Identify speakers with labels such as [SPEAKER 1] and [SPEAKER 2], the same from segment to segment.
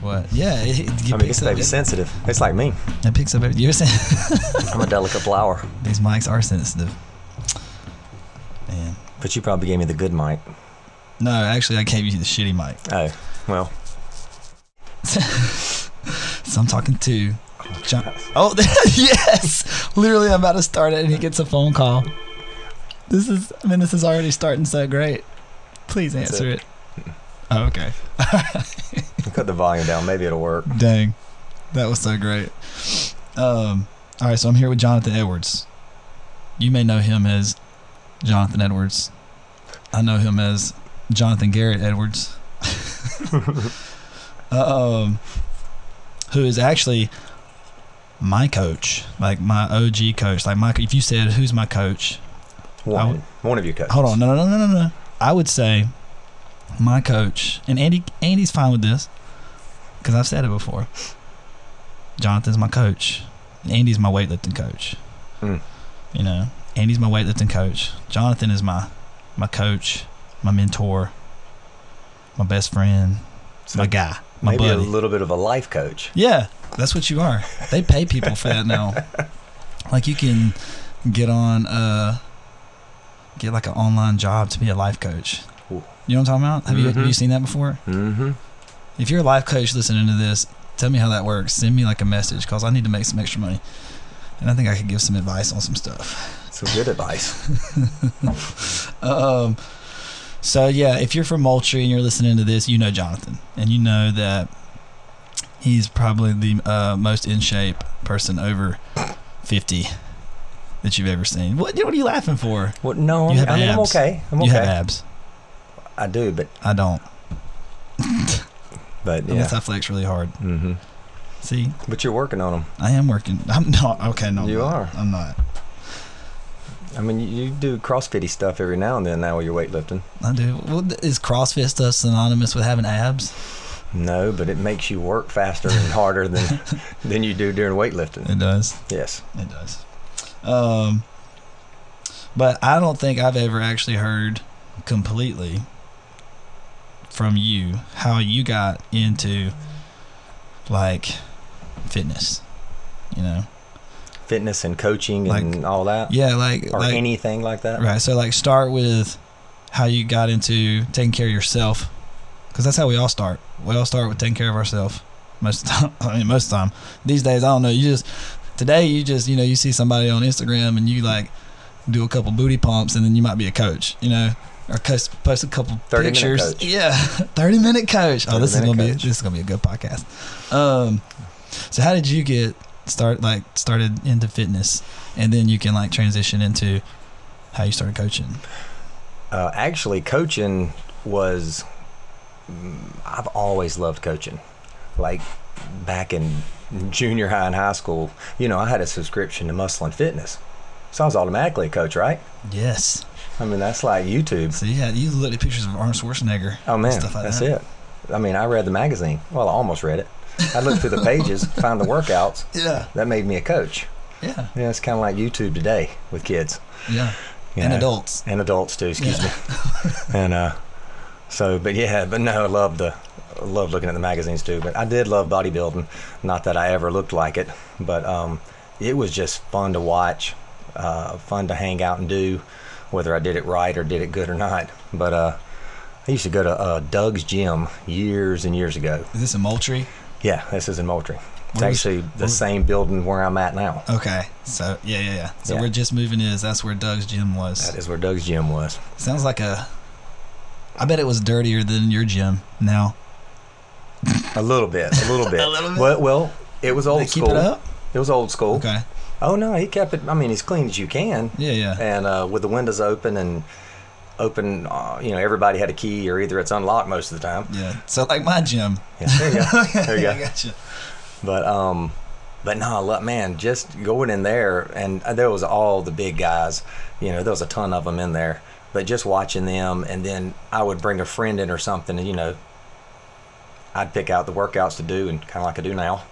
[SPEAKER 1] what? Yeah, it, it,
[SPEAKER 2] I mean,
[SPEAKER 1] picks
[SPEAKER 2] this
[SPEAKER 1] up.
[SPEAKER 2] baby's sensitive. It's like me.
[SPEAKER 1] It picks up. every- You're saying
[SPEAKER 2] I'm a delicate flower.
[SPEAKER 1] these mics are sensitive. Man,
[SPEAKER 2] But you probably gave me the good mic.
[SPEAKER 1] no, actually, I gave you the shitty mic.
[SPEAKER 2] Oh, well.
[SPEAKER 1] So I'm talking to John. Oh, yes! Literally, I'm about to start it, and he gets a phone call. This is, I mean, this is already starting so great. Please
[SPEAKER 2] That's
[SPEAKER 1] answer
[SPEAKER 2] it.
[SPEAKER 1] it. Oh, okay.
[SPEAKER 2] Cut the volume down. Maybe it'll work.
[SPEAKER 1] Dang, that was so great. Um, all right, so I'm here with Jonathan Edwards. You may know him as Jonathan Edwards. I know him as Jonathan Garrett Edwards, um, who is actually my coach, like my OG coach. Like my, if you said who's my coach,
[SPEAKER 2] One.
[SPEAKER 1] would-
[SPEAKER 2] One of your coaches.
[SPEAKER 1] hold on, no, no, no, no, no, no. I would say my coach, and Andy, Andy's fine with this because I've said it before. Jonathan's my coach. and Andy's my weightlifting coach.
[SPEAKER 2] Mm.
[SPEAKER 1] You know, Andy's my weightlifting coach. Jonathan is my my coach, my mentor, my best friend, my guy, my
[SPEAKER 2] Maybe
[SPEAKER 1] buddy.
[SPEAKER 2] a little bit of a life coach.
[SPEAKER 1] Yeah, that's what you are. They pay people for that now. Like you can get on uh get like an online job to be a life coach.
[SPEAKER 2] Ooh.
[SPEAKER 1] You know what I'm talking about? Have you have
[SPEAKER 2] Mhm.
[SPEAKER 1] you seen that before?
[SPEAKER 2] Mm-hmm.
[SPEAKER 1] If you're a life coach listening to this, tell me how that works. Send me like a message cuz I need to make some extra money. And I think I could give some advice on some stuff.
[SPEAKER 2] Some good advice.
[SPEAKER 1] Um so yeah, if you're from Moultrie and you're listening to this, you know Jonathan and you know that he's probably the uh, most in shape person over 50 that you've ever seen. What, what are you laughing for?
[SPEAKER 2] Well, no,
[SPEAKER 1] You
[SPEAKER 2] I'm,
[SPEAKER 1] have
[SPEAKER 2] I mean, I'm
[SPEAKER 1] abs.
[SPEAKER 2] okay. I'm
[SPEAKER 1] You have
[SPEAKER 2] okay.
[SPEAKER 1] abs.
[SPEAKER 2] I do, but
[SPEAKER 1] I don't.
[SPEAKER 2] but yeah.
[SPEAKER 1] Unless I flex really hard.
[SPEAKER 2] Mm-hmm.
[SPEAKER 1] See,
[SPEAKER 2] But you're working on them.
[SPEAKER 1] I am working. I'm not. Okay, no. I'm
[SPEAKER 2] You
[SPEAKER 1] not.
[SPEAKER 2] are.
[SPEAKER 1] I'm not.
[SPEAKER 2] I mean, you, you do CrossFitty stuff every now and then now with your weightlifting.
[SPEAKER 1] I do. Well, th- is CrossFit stuff synonymous with having abs?
[SPEAKER 2] No, but it makes you work faster and harder than than you do during weightlifting.
[SPEAKER 1] It does.
[SPEAKER 2] Yes.
[SPEAKER 1] It does. Um, but I don't think I've ever actually heard completely from you how you got into like fitness. You know,
[SPEAKER 2] Fitness and coaching and
[SPEAKER 1] Like-
[SPEAKER 2] all that.
[SPEAKER 1] yeah, like
[SPEAKER 2] Or
[SPEAKER 1] like
[SPEAKER 2] anything like that.
[SPEAKER 1] right. So like, start with how you got into taking care of yourself, because that's how we all start. We all start with taking care of ourselves. Most of the time, I mean, most of the time. These days, I don't know. You just today, you just you know, you see somebody on Instagram and you like do a couple booty pumps, and then you might be a coach. You know. Or post, post a couple
[SPEAKER 2] 30 minute
[SPEAKER 1] pictures.
[SPEAKER 2] coach.
[SPEAKER 1] Yeah, thirty minute coach. oh,
[SPEAKER 2] 30
[SPEAKER 1] this is
[SPEAKER 2] minute
[SPEAKER 1] gonna
[SPEAKER 2] coach.
[SPEAKER 1] be this is gonna be a good podcast. Um, so how did you get start like started into fitness, and then you can like transition into how you started coaching?
[SPEAKER 2] Uh, actually, coaching was. mm, I've always loved coaching. Like back in junior high and high school, you know, I had a subscription to Muscle and Fitness. So I was automatically a coach, right?
[SPEAKER 1] Yes.
[SPEAKER 2] I mean, that's like YouTube.
[SPEAKER 1] So yeah, you looked at pictures of Arnold Schwarzenegger.
[SPEAKER 2] Oh, man.
[SPEAKER 1] Stuff like
[SPEAKER 2] that's
[SPEAKER 1] that.
[SPEAKER 2] it. I mean, I read the magazine. Well, I almost read it. I looked through the pages, found the workouts.
[SPEAKER 1] Yeah.
[SPEAKER 2] That made me a coach.
[SPEAKER 1] Yeah.
[SPEAKER 2] Yeah, it's kind of like YouTube today with kids.
[SPEAKER 1] Yeah.
[SPEAKER 2] you
[SPEAKER 1] And
[SPEAKER 2] know.
[SPEAKER 1] adults.
[SPEAKER 2] and adults too. Excuse me. and uh, so, but yeah, but no, I love the love looking at the magazines too. But I did love bodybuilding. Not that I ever looked like it, but um, it was just fun to watch, uh, fun to hang out and do, whether I did it right or did it good or not. But uh, I used to go to uh, Doug's gym years and years ago.
[SPEAKER 1] Is this a Moultrie?
[SPEAKER 2] Yeah, this is in Moultrie. It's
[SPEAKER 1] Where was-
[SPEAKER 2] actually
[SPEAKER 1] where
[SPEAKER 2] the
[SPEAKER 1] was-
[SPEAKER 2] same building where I'm at now.
[SPEAKER 1] Okay. So yeah, yeah, yeah. So
[SPEAKER 2] Yeah.
[SPEAKER 1] we're just moving is that's where Doug's gym was.
[SPEAKER 2] That is where Doug's gym was.
[SPEAKER 1] Sounds like a. I bet it was dirtier than your gym now.
[SPEAKER 2] A little bit, a little bit.
[SPEAKER 1] little bit.
[SPEAKER 2] Well, well, it was old
[SPEAKER 1] They keep
[SPEAKER 2] school.
[SPEAKER 1] it up.
[SPEAKER 2] It was old school.
[SPEAKER 1] Okay.
[SPEAKER 2] Oh no, he kept it. I mean, as clean as you can,
[SPEAKER 1] Yeah, yeah.
[SPEAKER 2] and uh, with the windows open and open. Uh, you know, everybody had a key, or either it's unlocked most of the time.
[SPEAKER 1] Yeah. So like my gym.
[SPEAKER 2] Yeah, there you go. There you
[SPEAKER 1] I
[SPEAKER 2] go.
[SPEAKER 1] gotcha.
[SPEAKER 2] But um, but no, look, man, just going in there, and there was all the big guys. You know, there was a ton of them in there. But just watching them, and then I would bring a friend in or something, and you know, I'd pick out the workouts to do, and kind of like I do now.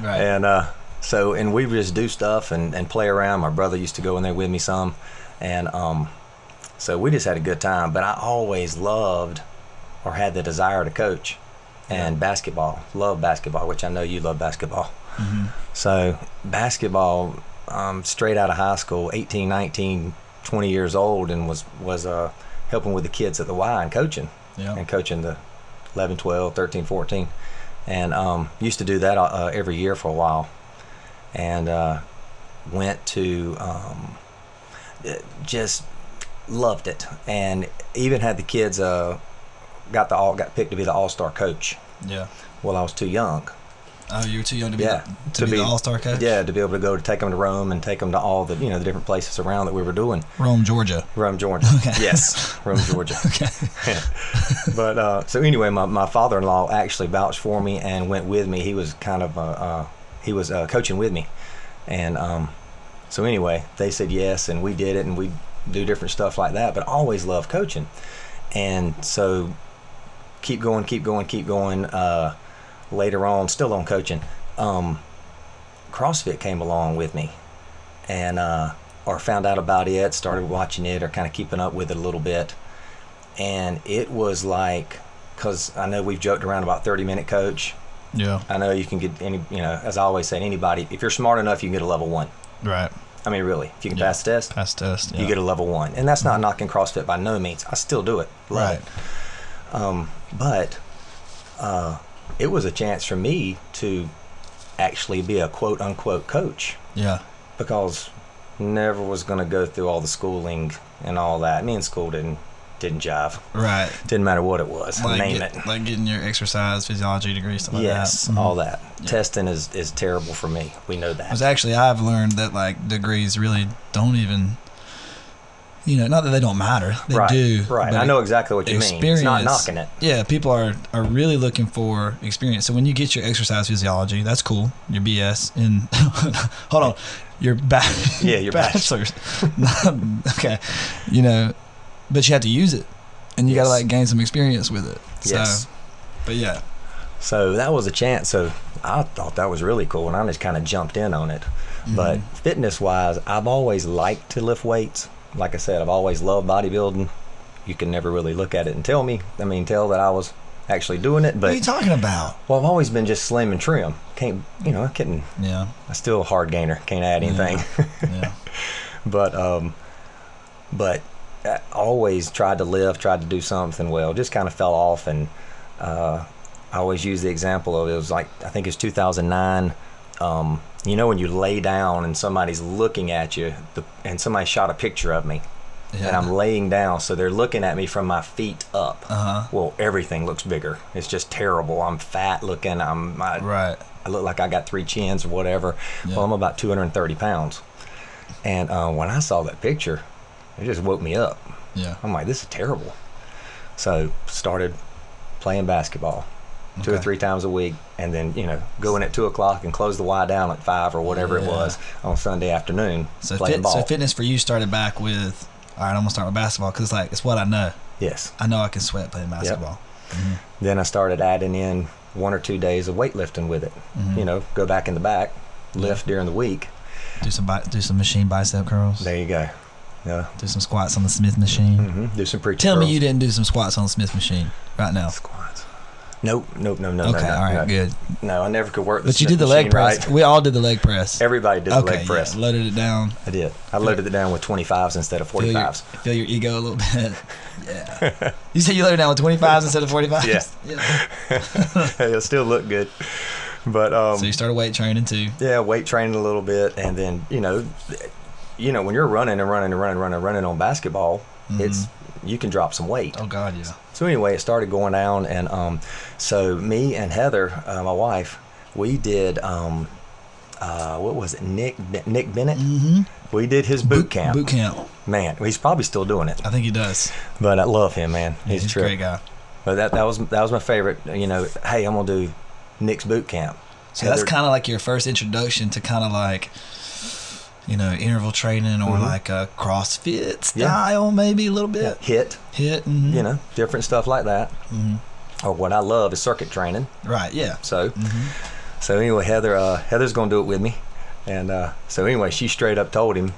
[SPEAKER 1] Right.
[SPEAKER 2] And uh, so, and we would just do stuff and, and play around. My brother used to go in there with me some. And um, so we just had a good time. But I always loved or had the desire to coach. and basketball. Love basketball, which I know you love basketball.
[SPEAKER 1] hmm
[SPEAKER 2] So, basketball, um, straight out of high school, 18, 19, 20 years old, and was, was uh, helping with the kids at the Y and coaching
[SPEAKER 1] Yeah.
[SPEAKER 2] and coaching the 11, 12, 13, 14. And um, used to do that uh, every year for a while. And uh, went to um, eh, just loved it. And even had the kids uh, got the all got picked to be the all star coach.
[SPEAKER 1] Yeah.
[SPEAKER 2] Well, I was too young.
[SPEAKER 1] Oh, you were too young to be
[SPEAKER 2] Yeah,
[SPEAKER 1] the, to,
[SPEAKER 2] to
[SPEAKER 1] be,
[SPEAKER 2] be-
[SPEAKER 1] the All Star coach.
[SPEAKER 2] Yeah, to be able to go to take them to Rome and take them to all the you know the different places around that we were doing.
[SPEAKER 1] Rome, Georgia.
[SPEAKER 2] Rome, Georgia.
[SPEAKER 1] Okay.
[SPEAKER 2] Yes, Rome, Georgia.
[SPEAKER 1] Okay.
[SPEAKER 2] but uh, so anyway, my, my father-in-law actually vouched for me and went with me. He was kind of uh, uh, he was uh, coaching with me, and um, so anyway, they said yes, and we did it, and we do different stuff like that. But I always loved coaching, and so keep going, keep going, keep going. Uh, later on, still on coaching, um, CrossFit came along with me, and uh, or found out about it, started watching it, or kind of keeping up with it a little bit and it was like because i know we've joked around about 30 minute coach
[SPEAKER 1] Yeah.
[SPEAKER 2] i know you can get any you know as i always say anybody if you're smart enough you can get a level one
[SPEAKER 1] Right.
[SPEAKER 2] i mean really if you can
[SPEAKER 1] Yeah.
[SPEAKER 2] pass the test
[SPEAKER 1] Pass test. Yeah.
[SPEAKER 2] you get a level one and that's not knocking crossfit by no means i still do it
[SPEAKER 1] right.
[SPEAKER 2] love it. Um, but uh, it was a chance for me to actually be a quote unquote coach
[SPEAKER 1] Yeah.
[SPEAKER 2] because never was going to go through all the schooling and all that me and school didn't didn't jive
[SPEAKER 1] Right.
[SPEAKER 2] didn't matter what it was name
[SPEAKER 1] get-
[SPEAKER 2] it
[SPEAKER 1] like getting your exercise physiology degree stuff like
[SPEAKER 2] yes,
[SPEAKER 1] that. Mhm.
[SPEAKER 2] all that.
[SPEAKER 1] Yeah.
[SPEAKER 2] Testing is, is terrible for me. We know that.
[SPEAKER 1] Because actually, I've learned that like degrees really don't even, you know, not that they don't matter. They
[SPEAKER 2] right.
[SPEAKER 1] do.
[SPEAKER 2] Right.
[SPEAKER 1] but
[SPEAKER 2] I know exactly what you mean. It's not
[SPEAKER 1] experience-
[SPEAKER 2] knocking it.
[SPEAKER 1] Yeah, people are, are really looking for experience. So when you get your exercise physiology, that's cool. Your BS in hold on, your ba-
[SPEAKER 2] Yeah, your
[SPEAKER 1] bachelor's. okay, you know, but you have to use it, and you got to
[SPEAKER 2] Yes.
[SPEAKER 1] like gain some experience with it. So,
[SPEAKER 2] Yes.
[SPEAKER 1] But yeah,
[SPEAKER 2] So that was a chance. So I thought that was really cool, and I just kind of jumped in on it. But
[SPEAKER 1] Mhm.
[SPEAKER 2] fitness wise, I've always liked to lift weights. Like I said, I've always loved bodybuilding. You can never really look at it and tell me. I mean, tell that I was actually doing it.
[SPEAKER 1] what are you
[SPEAKER 2] But
[SPEAKER 1] talking about?
[SPEAKER 2] well, I've always been just slim and trim. Can't you know? I couldn't.
[SPEAKER 1] Yeah,
[SPEAKER 2] I still a hard gainer. Can't add
[SPEAKER 1] Yeah.
[SPEAKER 2] anything.
[SPEAKER 1] yeah,
[SPEAKER 2] but um, but I always tried to live, tried to do something well. Just kind of fell off, and uh, I always use the example of it was like I think it's 2009. Um, you know when you lay down and somebody's looking at you, the, and somebody shot a picture of me,
[SPEAKER 1] yeah.
[SPEAKER 2] and I'm laying down, so they're looking at me from my feet up.
[SPEAKER 1] uh huh.
[SPEAKER 2] Well, everything looks bigger. It's just terrible. I'm fat looking. I'm I,
[SPEAKER 1] Right.
[SPEAKER 2] I look like I got three chins or whatever.
[SPEAKER 1] Yeah.
[SPEAKER 2] Well, I'm about 230 pounds. And uh, when I saw that picture, it just woke me up.
[SPEAKER 1] Yeah.
[SPEAKER 2] I'm like, this is terrible. So started playing basketball two or
[SPEAKER 1] Okay.
[SPEAKER 2] three times a week, and then you know going at two o'clock and close the Y down at five or whatever it
[SPEAKER 1] Yeah.
[SPEAKER 2] was on Sunday afternoon
[SPEAKER 1] So,
[SPEAKER 2] playing
[SPEAKER 1] fit,
[SPEAKER 2] ball.
[SPEAKER 1] so fitness for you started back with. All right, I'm gonna start with basketball because like it's what I know.
[SPEAKER 2] yes.
[SPEAKER 1] I know I can sweat playing basketball. Mhm.
[SPEAKER 2] Then I started adding in one or two days of weightlifting with it.
[SPEAKER 1] Mhm.
[SPEAKER 2] You know, go back in the back, lift during the week.
[SPEAKER 1] Do some bi- do some machine bicep curls.
[SPEAKER 2] There you go. Yeah.
[SPEAKER 1] do some squats on the Smith machine.
[SPEAKER 2] hmm Do some pre.
[SPEAKER 1] Tell me you didn't do some squats on the Smith machine right now.
[SPEAKER 2] Squats. Nope, nope, no, no,
[SPEAKER 1] okay,
[SPEAKER 2] no, no,
[SPEAKER 1] all right,
[SPEAKER 2] no.
[SPEAKER 1] good.
[SPEAKER 2] No, I never could work. the
[SPEAKER 1] But you did the
[SPEAKER 2] machine
[SPEAKER 1] leg press.
[SPEAKER 2] right.
[SPEAKER 1] We all did the leg press.
[SPEAKER 2] Everybody did the
[SPEAKER 1] okay,
[SPEAKER 2] leg press.
[SPEAKER 1] yeah, loaded it down.
[SPEAKER 2] I did. I loaded it down with 25s instead of
[SPEAKER 1] Feel your,
[SPEAKER 2] 45s.
[SPEAKER 1] feel your ego a little bit. yeah. You said you loaded it down with 25s instead of 45s?
[SPEAKER 2] Yeah.
[SPEAKER 1] yeah.
[SPEAKER 2] it still looked good, but um,
[SPEAKER 1] So you started weight training too.
[SPEAKER 2] yeah, weight training a little bit, and then you know, you know, when you're running and running and running and running and running on basketball, it's
[SPEAKER 1] Mm-hmm.
[SPEAKER 2] you can drop some weight.
[SPEAKER 1] Oh, God, yeah.
[SPEAKER 2] So anyway, it started going down, and um, so me and Heather, uh, my wife, we did um, uh, what was it? Nick Nick Bennett.
[SPEAKER 1] Mm-hmm.
[SPEAKER 2] We did his boot camp.
[SPEAKER 1] Boot camp.
[SPEAKER 2] Man, he's probably still doing it.
[SPEAKER 1] I think he does.
[SPEAKER 2] But I love him, man.
[SPEAKER 1] Yeah,
[SPEAKER 2] He's,
[SPEAKER 1] he's a
[SPEAKER 2] true.
[SPEAKER 1] great guy.
[SPEAKER 2] But that, that was that was my favorite. You know, hey, I'm gonna do Nick's boot camp.
[SPEAKER 1] So that's
[SPEAKER 2] Heather-
[SPEAKER 1] kind of like your first introduction to kind of like, you know, interval training or
[SPEAKER 2] Mhm.
[SPEAKER 1] like a CrossFit
[SPEAKER 2] Yeah.
[SPEAKER 1] style, maybe a little bit.
[SPEAKER 2] hit.
[SPEAKER 1] Hit, mhm.
[SPEAKER 2] You know, different stuff like that.
[SPEAKER 1] Mhm.
[SPEAKER 2] Or what I love is circuit training.
[SPEAKER 1] Right, yeah.
[SPEAKER 2] So
[SPEAKER 1] Mm-hmm.
[SPEAKER 2] so anyway, Heather uh, Heather's gonna do it with me. And uh, so anyway, she straight up told him,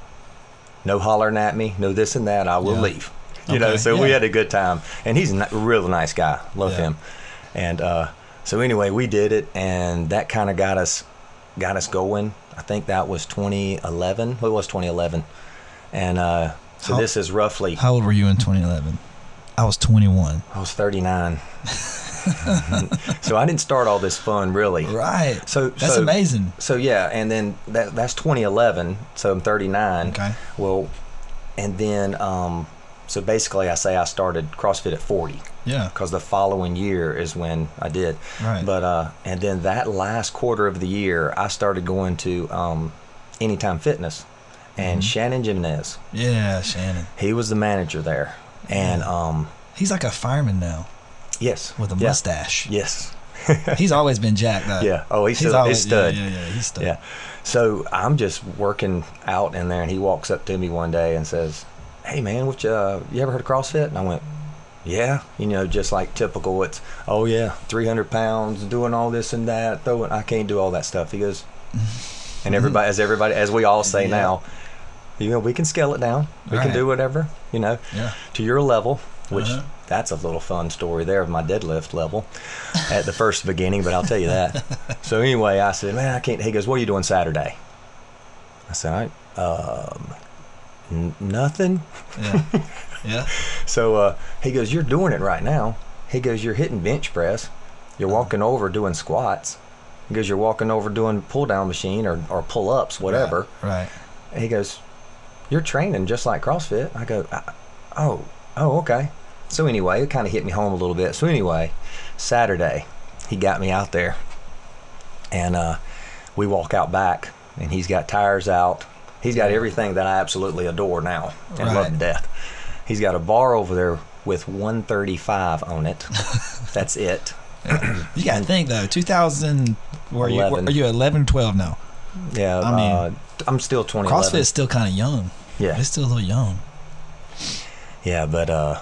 [SPEAKER 2] no hollering at me, no this and that. I will
[SPEAKER 1] Yeah.
[SPEAKER 2] leave. You know,
[SPEAKER 1] Okay,
[SPEAKER 2] so we
[SPEAKER 1] yeah.
[SPEAKER 2] had a good time. And he's a ni- real nice guy. Love
[SPEAKER 1] Yeah.
[SPEAKER 2] him. And uh, So anyway, we did it, and that kind of got us got us going. I think that was 2011. What was 2011? And uh, so
[SPEAKER 1] How-
[SPEAKER 2] this is roughly.
[SPEAKER 1] How old were you in 2011? I was 21.
[SPEAKER 2] I was 39. so I didn't start all this fun really.
[SPEAKER 1] Right.
[SPEAKER 2] So
[SPEAKER 1] That's
[SPEAKER 2] so,
[SPEAKER 1] amazing.
[SPEAKER 2] So yeah, and then that, that's 2011. So I'm 39.
[SPEAKER 1] Okay.
[SPEAKER 2] Well, and then um, so basically, I say I started CrossFit at 40
[SPEAKER 1] Yeah.
[SPEAKER 2] because the following year is when I did.
[SPEAKER 1] Right.
[SPEAKER 2] But uh, and then that last quarter of the year, I started going to um, Anytime Fitness, and
[SPEAKER 1] Mhm.
[SPEAKER 2] Shannon Jimenez,
[SPEAKER 1] yeah, Shannon.
[SPEAKER 2] he was the manager there, and um,
[SPEAKER 1] He's like a fireman now
[SPEAKER 2] yes,
[SPEAKER 1] with a
[SPEAKER 2] yeah,
[SPEAKER 1] mustache.
[SPEAKER 2] yes,
[SPEAKER 1] He's always been jacked though.
[SPEAKER 2] yeah. Oh, he's,
[SPEAKER 1] He's
[SPEAKER 2] still,
[SPEAKER 1] always
[SPEAKER 2] he's stud.
[SPEAKER 1] Yeah, yeah, yeah, he's stud.
[SPEAKER 2] Yeah. So I'm just working out in there, and he walks up to me one day and says, "Hey, man, what you, uh, you ever heard of CrossFit?" And I went, "Yeah." You know, just like typical. It's oh yeah, 300 pounds, doing all this and that. Throwing, I can't do all that stuff. He goes, and everybody, as everybody, as we all say
[SPEAKER 1] Yeah.
[SPEAKER 2] now, you know, we can scale it down. We can
[SPEAKER 1] Right.
[SPEAKER 2] do whatever. You know,
[SPEAKER 1] Yeah.
[SPEAKER 2] to your level, which
[SPEAKER 1] Uh-huh.
[SPEAKER 2] that's a little fun story there of my deadlift level at the first beginning, but I'll tell you that. so anyway, I said, man, I can't. He goes, what are you doing Saturday? I said, I, um, n- nothing.
[SPEAKER 1] Yeah. yeah.
[SPEAKER 2] So uh, he goes, you're doing it right now. He goes, you're hitting bench press. You're walking over doing squats. He goes, you're walking over doing pull down machine or, or pull ups, whatever.
[SPEAKER 1] Right.
[SPEAKER 2] And he goes, "You're training just like CrossFit." I go, "I- "Oh, oh, okay." So anyway, it kind of hit me home a little bit. So anyway, Saturday, he got me out there, and uh, we walk out back, and he's got tires out. He's got everything that I absolutely adore now and love
[SPEAKER 1] Right.
[SPEAKER 2] to death. He's got a bar over there with 135 on it. That's it.
[SPEAKER 1] You got to think though. 2000. Were you,
[SPEAKER 2] Eleven.
[SPEAKER 1] are you 11, 12 now?
[SPEAKER 2] Yeah,
[SPEAKER 1] I mean,
[SPEAKER 2] uh, I'm still 20.
[SPEAKER 1] CrossFit's still kind of young.
[SPEAKER 2] Yeah,
[SPEAKER 1] It's still a little young.
[SPEAKER 2] Yeah, but uh,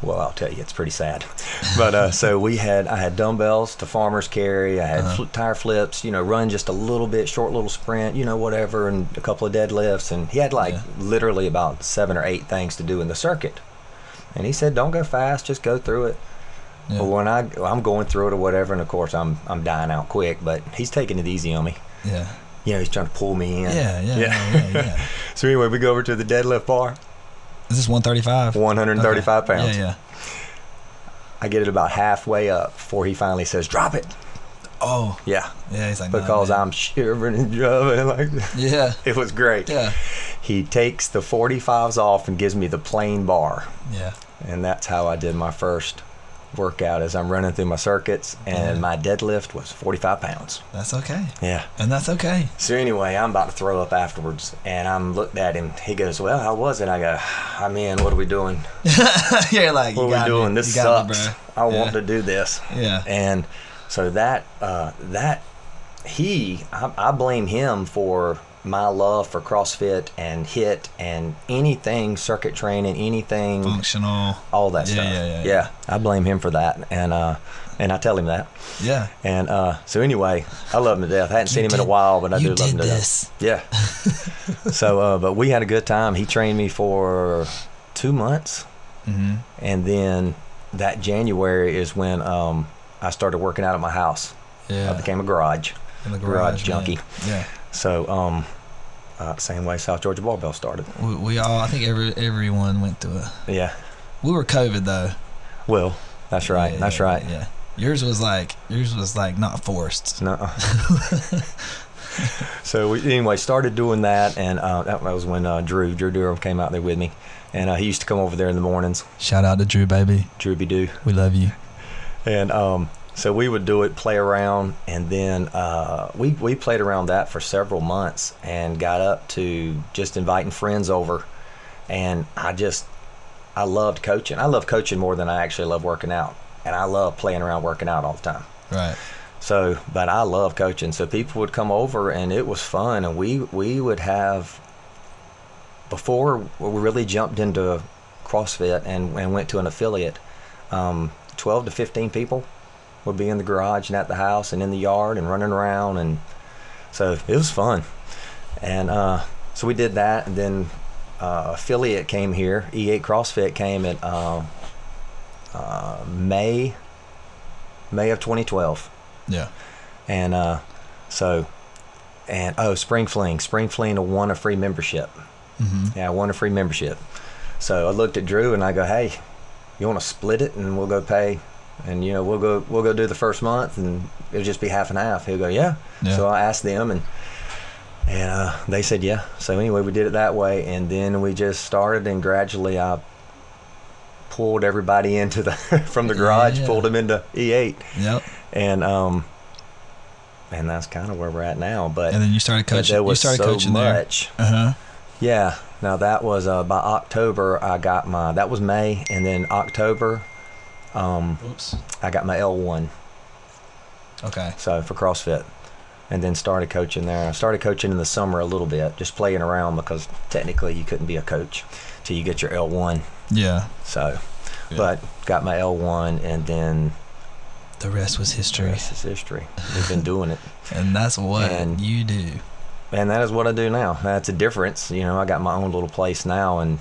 [SPEAKER 2] well, I'll tell you, it's pretty sad. But uh, so we had, I had dumbbells to farmers carry. I had
[SPEAKER 1] Uh-huh.
[SPEAKER 2] fl- tire flips. You know, run just a little bit, short little sprint. You know, whatever, and a couple of deadlifts. And he had like
[SPEAKER 1] Yeah.
[SPEAKER 2] literally about seven or eight things to do in the circuit. And he said, "Don't go fast, just go through it."
[SPEAKER 1] Yeah.
[SPEAKER 2] But when I I'm going through it or whatever, and of course I'm I'm dying out quick. But he's taking it easy on me.
[SPEAKER 1] yeah.
[SPEAKER 2] You know, he's trying to pull me in.
[SPEAKER 1] Yeah. Yeah. Yeah.
[SPEAKER 2] Yeah.
[SPEAKER 1] yeah, yeah.
[SPEAKER 2] So anyway, we go over to the deadlift bar,
[SPEAKER 1] Is this 135?
[SPEAKER 2] 135
[SPEAKER 1] Okay.
[SPEAKER 2] pounds.
[SPEAKER 1] Yeah.
[SPEAKER 2] I get it about halfway up before he finally says, "Drop it."
[SPEAKER 1] Yeah. Oh.
[SPEAKER 2] Yeah,
[SPEAKER 1] Yeah. He's like. nah,
[SPEAKER 2] because
[SPEAKER 1] man.
[SPEAKER 2] I'm shivering and drumming like that.
[SPEAKER 1] Yeah.
[SPEAKER 2] It was great.
[SPEAKER 1] Yeah.
[SPEAKER 2] He takes the 45s off and gives me the plain bar,
[SPEAKER 1] Yeah.
[SPEAKER 2] and that's how I did my first workout. As I'm running through my circuits, and
[SPEAKER 1] Yeah.
[SPEAKER 2] my deadlift was 45 pounds.
[SPEAKER 1] That's okay.
[SPEAKER 2] Mm-hmm. Yeah.
[SPEAKER 1] And that's okay.
[SPEAKER 2] So anyway, I'm about to throw up afterwards, and I'm looked at him. He goes, "Well, how was it?" I go, "I'm in. What are we doing?
[SPEAKER 1] You're like.
[SPEAKER 2] What
[SPEAKER 1] you
[SPEAKER 2] are
[SPEAKER 1] got
[SPEAKER 2] we
[SPEAKER 1] me.
[SPEAKER 2] doing?
[SPEAKER 1] You
[SPEAKER 2] This
[SPEAKER 1] got me,
[SPEAKER 2] sucks.
[SPEAKER 1] bro.
[SPEAKER 2] I want
[SPEAKER 1] Yeah.
[SPEAKER 2] to do this."
[SPEAKER 1] Yeah.
[SPEAKER 2] and so that uh, that he I, I blame him for my love for CrossFit and HIT and anything circuit training, anything
[SPEAKER 1] Functional.
[SPEAKER 2] all that
[SPEAKER 1] Mm. Yeah,
[SPEAKER 2] stuff.
[SPEAKER 1] yeah, yeah,
[SPEAKER 2] I blame him for that, and uh, and I tell him that.
[SPEAKER 1] Yeah.
[SPEAKER 2] And uh, so anyway, I love him to death. I hadn't seen him in a
[SPEAKER 1] did-
[SPEAKER 2] while, but I
[SPEAKER 1] you
[SPEAKER 2] do love
[SPEAKER 1] did
[SPEAKER 2] him to
[SPEAKER 1] this.
[SPEAKER 2] death. Yeah. so, uh, but we had a good time. He trained me for two months
[SPEAKER 1] Mm-hmm.
[SPEAKER 2] and then that January is when um, I started working out at my house.
[SPEAKER 1] Yeah.
[SPEAKER 2] I Uh, became a garage.
[SPEAKER 1] in the
[SPEAKER 2] garage
[SPEAKER 1] man.
[SPEAKER 2] junkie.
[SPEAKER 1] Yeah.
[SPEAKER 2] So um, uh, same way South Georgia Barbell started.
[SPEAKER 1] We, we all. I think every everyone went through it.
[SPEAKER 2] Yeah.
[SPEAKER 1] We were COVID though.
[SPEAKER 2] Well, that's right.
[SPEAKER 1] Yeah,
[SPEAKER 2] that's
[SPEAKER 1] yeah,
[SPEAKER 2] right.
[SPEAKER 1] Yeah. Yours was like yours was like not forced.
[SPEAKER 2] No. so we anyway started doing that, and uh, that was when uh, Drew Drew Durham came out there with me, and uh, he used to come over there in the mornings,
[SPEAKER 1] Shout out to Drew, baby.
[SPEAKER 2] Drewby Doo,
[SPEAKER 1] We love you.
[SPEAKER 2] and um, so we would do it, play around, and then uh, we we played around that for several months, and got up to just inviting friends over, and I just I loved coaching. I love coaching more than I actually love working out, and I love playing around working out all the time.
[SPEAKER 1] Right.
[SPEAKER 2] So, but I love coaching. So people would come over, and it was fun, and we we would have before we really jumped into CrossFit and and went to an affiliate. Um, Twelve to fifteen people would be in the garage and at the house and in the yard and running around, and so it was fun. And uh, so we did that, and then uh, affiliate came here. E um, E8 CrossFit came in uh, uh, May May of 2012.
[SPEAKER 1] Yeah.
[SPEAKER 2] And uh, so, and oh, Spring Fling. Spring Fling won a free membership.
[SPEAKER 1] hmm
[SPEAKER 2] Yeah, I won a free membership. So I looked at Drew and I go, "Hey, you want to split it and we'll go pay, and you know we'll go we'll go do the first month and it'll just be half and half." He'll go, "Yeah."
[SPEAKER 1] Yeah.
[SPEAKER 2] So I asked them and and uh, they said, "Yeah." So anyway, we did it that way, and then we just started and gradually I pulled everybody into the from the garage,
[SPEAKER 1] Yeah.
[SPEAKER 2] pulled them into E E8,
[SPEAKER 1] yep.
[SPEAKER 2] and um, and that's kind of where we're at now. But,
[SPEAKER 1] And then you started
[SPEAKER 2] but
[SPEAKER 1] coaching.
[SPEAKER 2] there
[SPEAKER 1] you
[SPEAKER 2] was
[SPEAKER 1] started
[SPEAKER 2] so
[SPEAKER 1] coaching there.
[SPEAKER 2] much.
[SPEAKER 1] Uh huh.
[SPEAKER 2] Yeah. Now that was uh, by October. I got my that was May, and then October, um,
[SPEAKER 1] Whoops.
[SPEAKER 2] I got my L one.
[SPEAKER 1] Okay.
[SPEAKER 2] So for CrossFit, and then started coaching there. I started coaching in the summer a little bit, just playing around because technically you couldn't be a coach till you get your L one.
[SPEAKER 1] Yeah.
[SPEAKER 2] So,
[SPEAKER 1] Yeah.
[SPEAKER 2] but got my L one, and then
[SPEAKER 1] The rest was
[SPEAKER 2] the
[SPEAKER 1] history,
[SPEAKER 2] rest is history. We've been doing it,
[SPEAKER 1] and that's what
[SPEAKER 2] And-
[SPEAKER 1] you do.
[SPEAKER 2] and that is what I do now. That's a difference. You know, I got my own little place now, and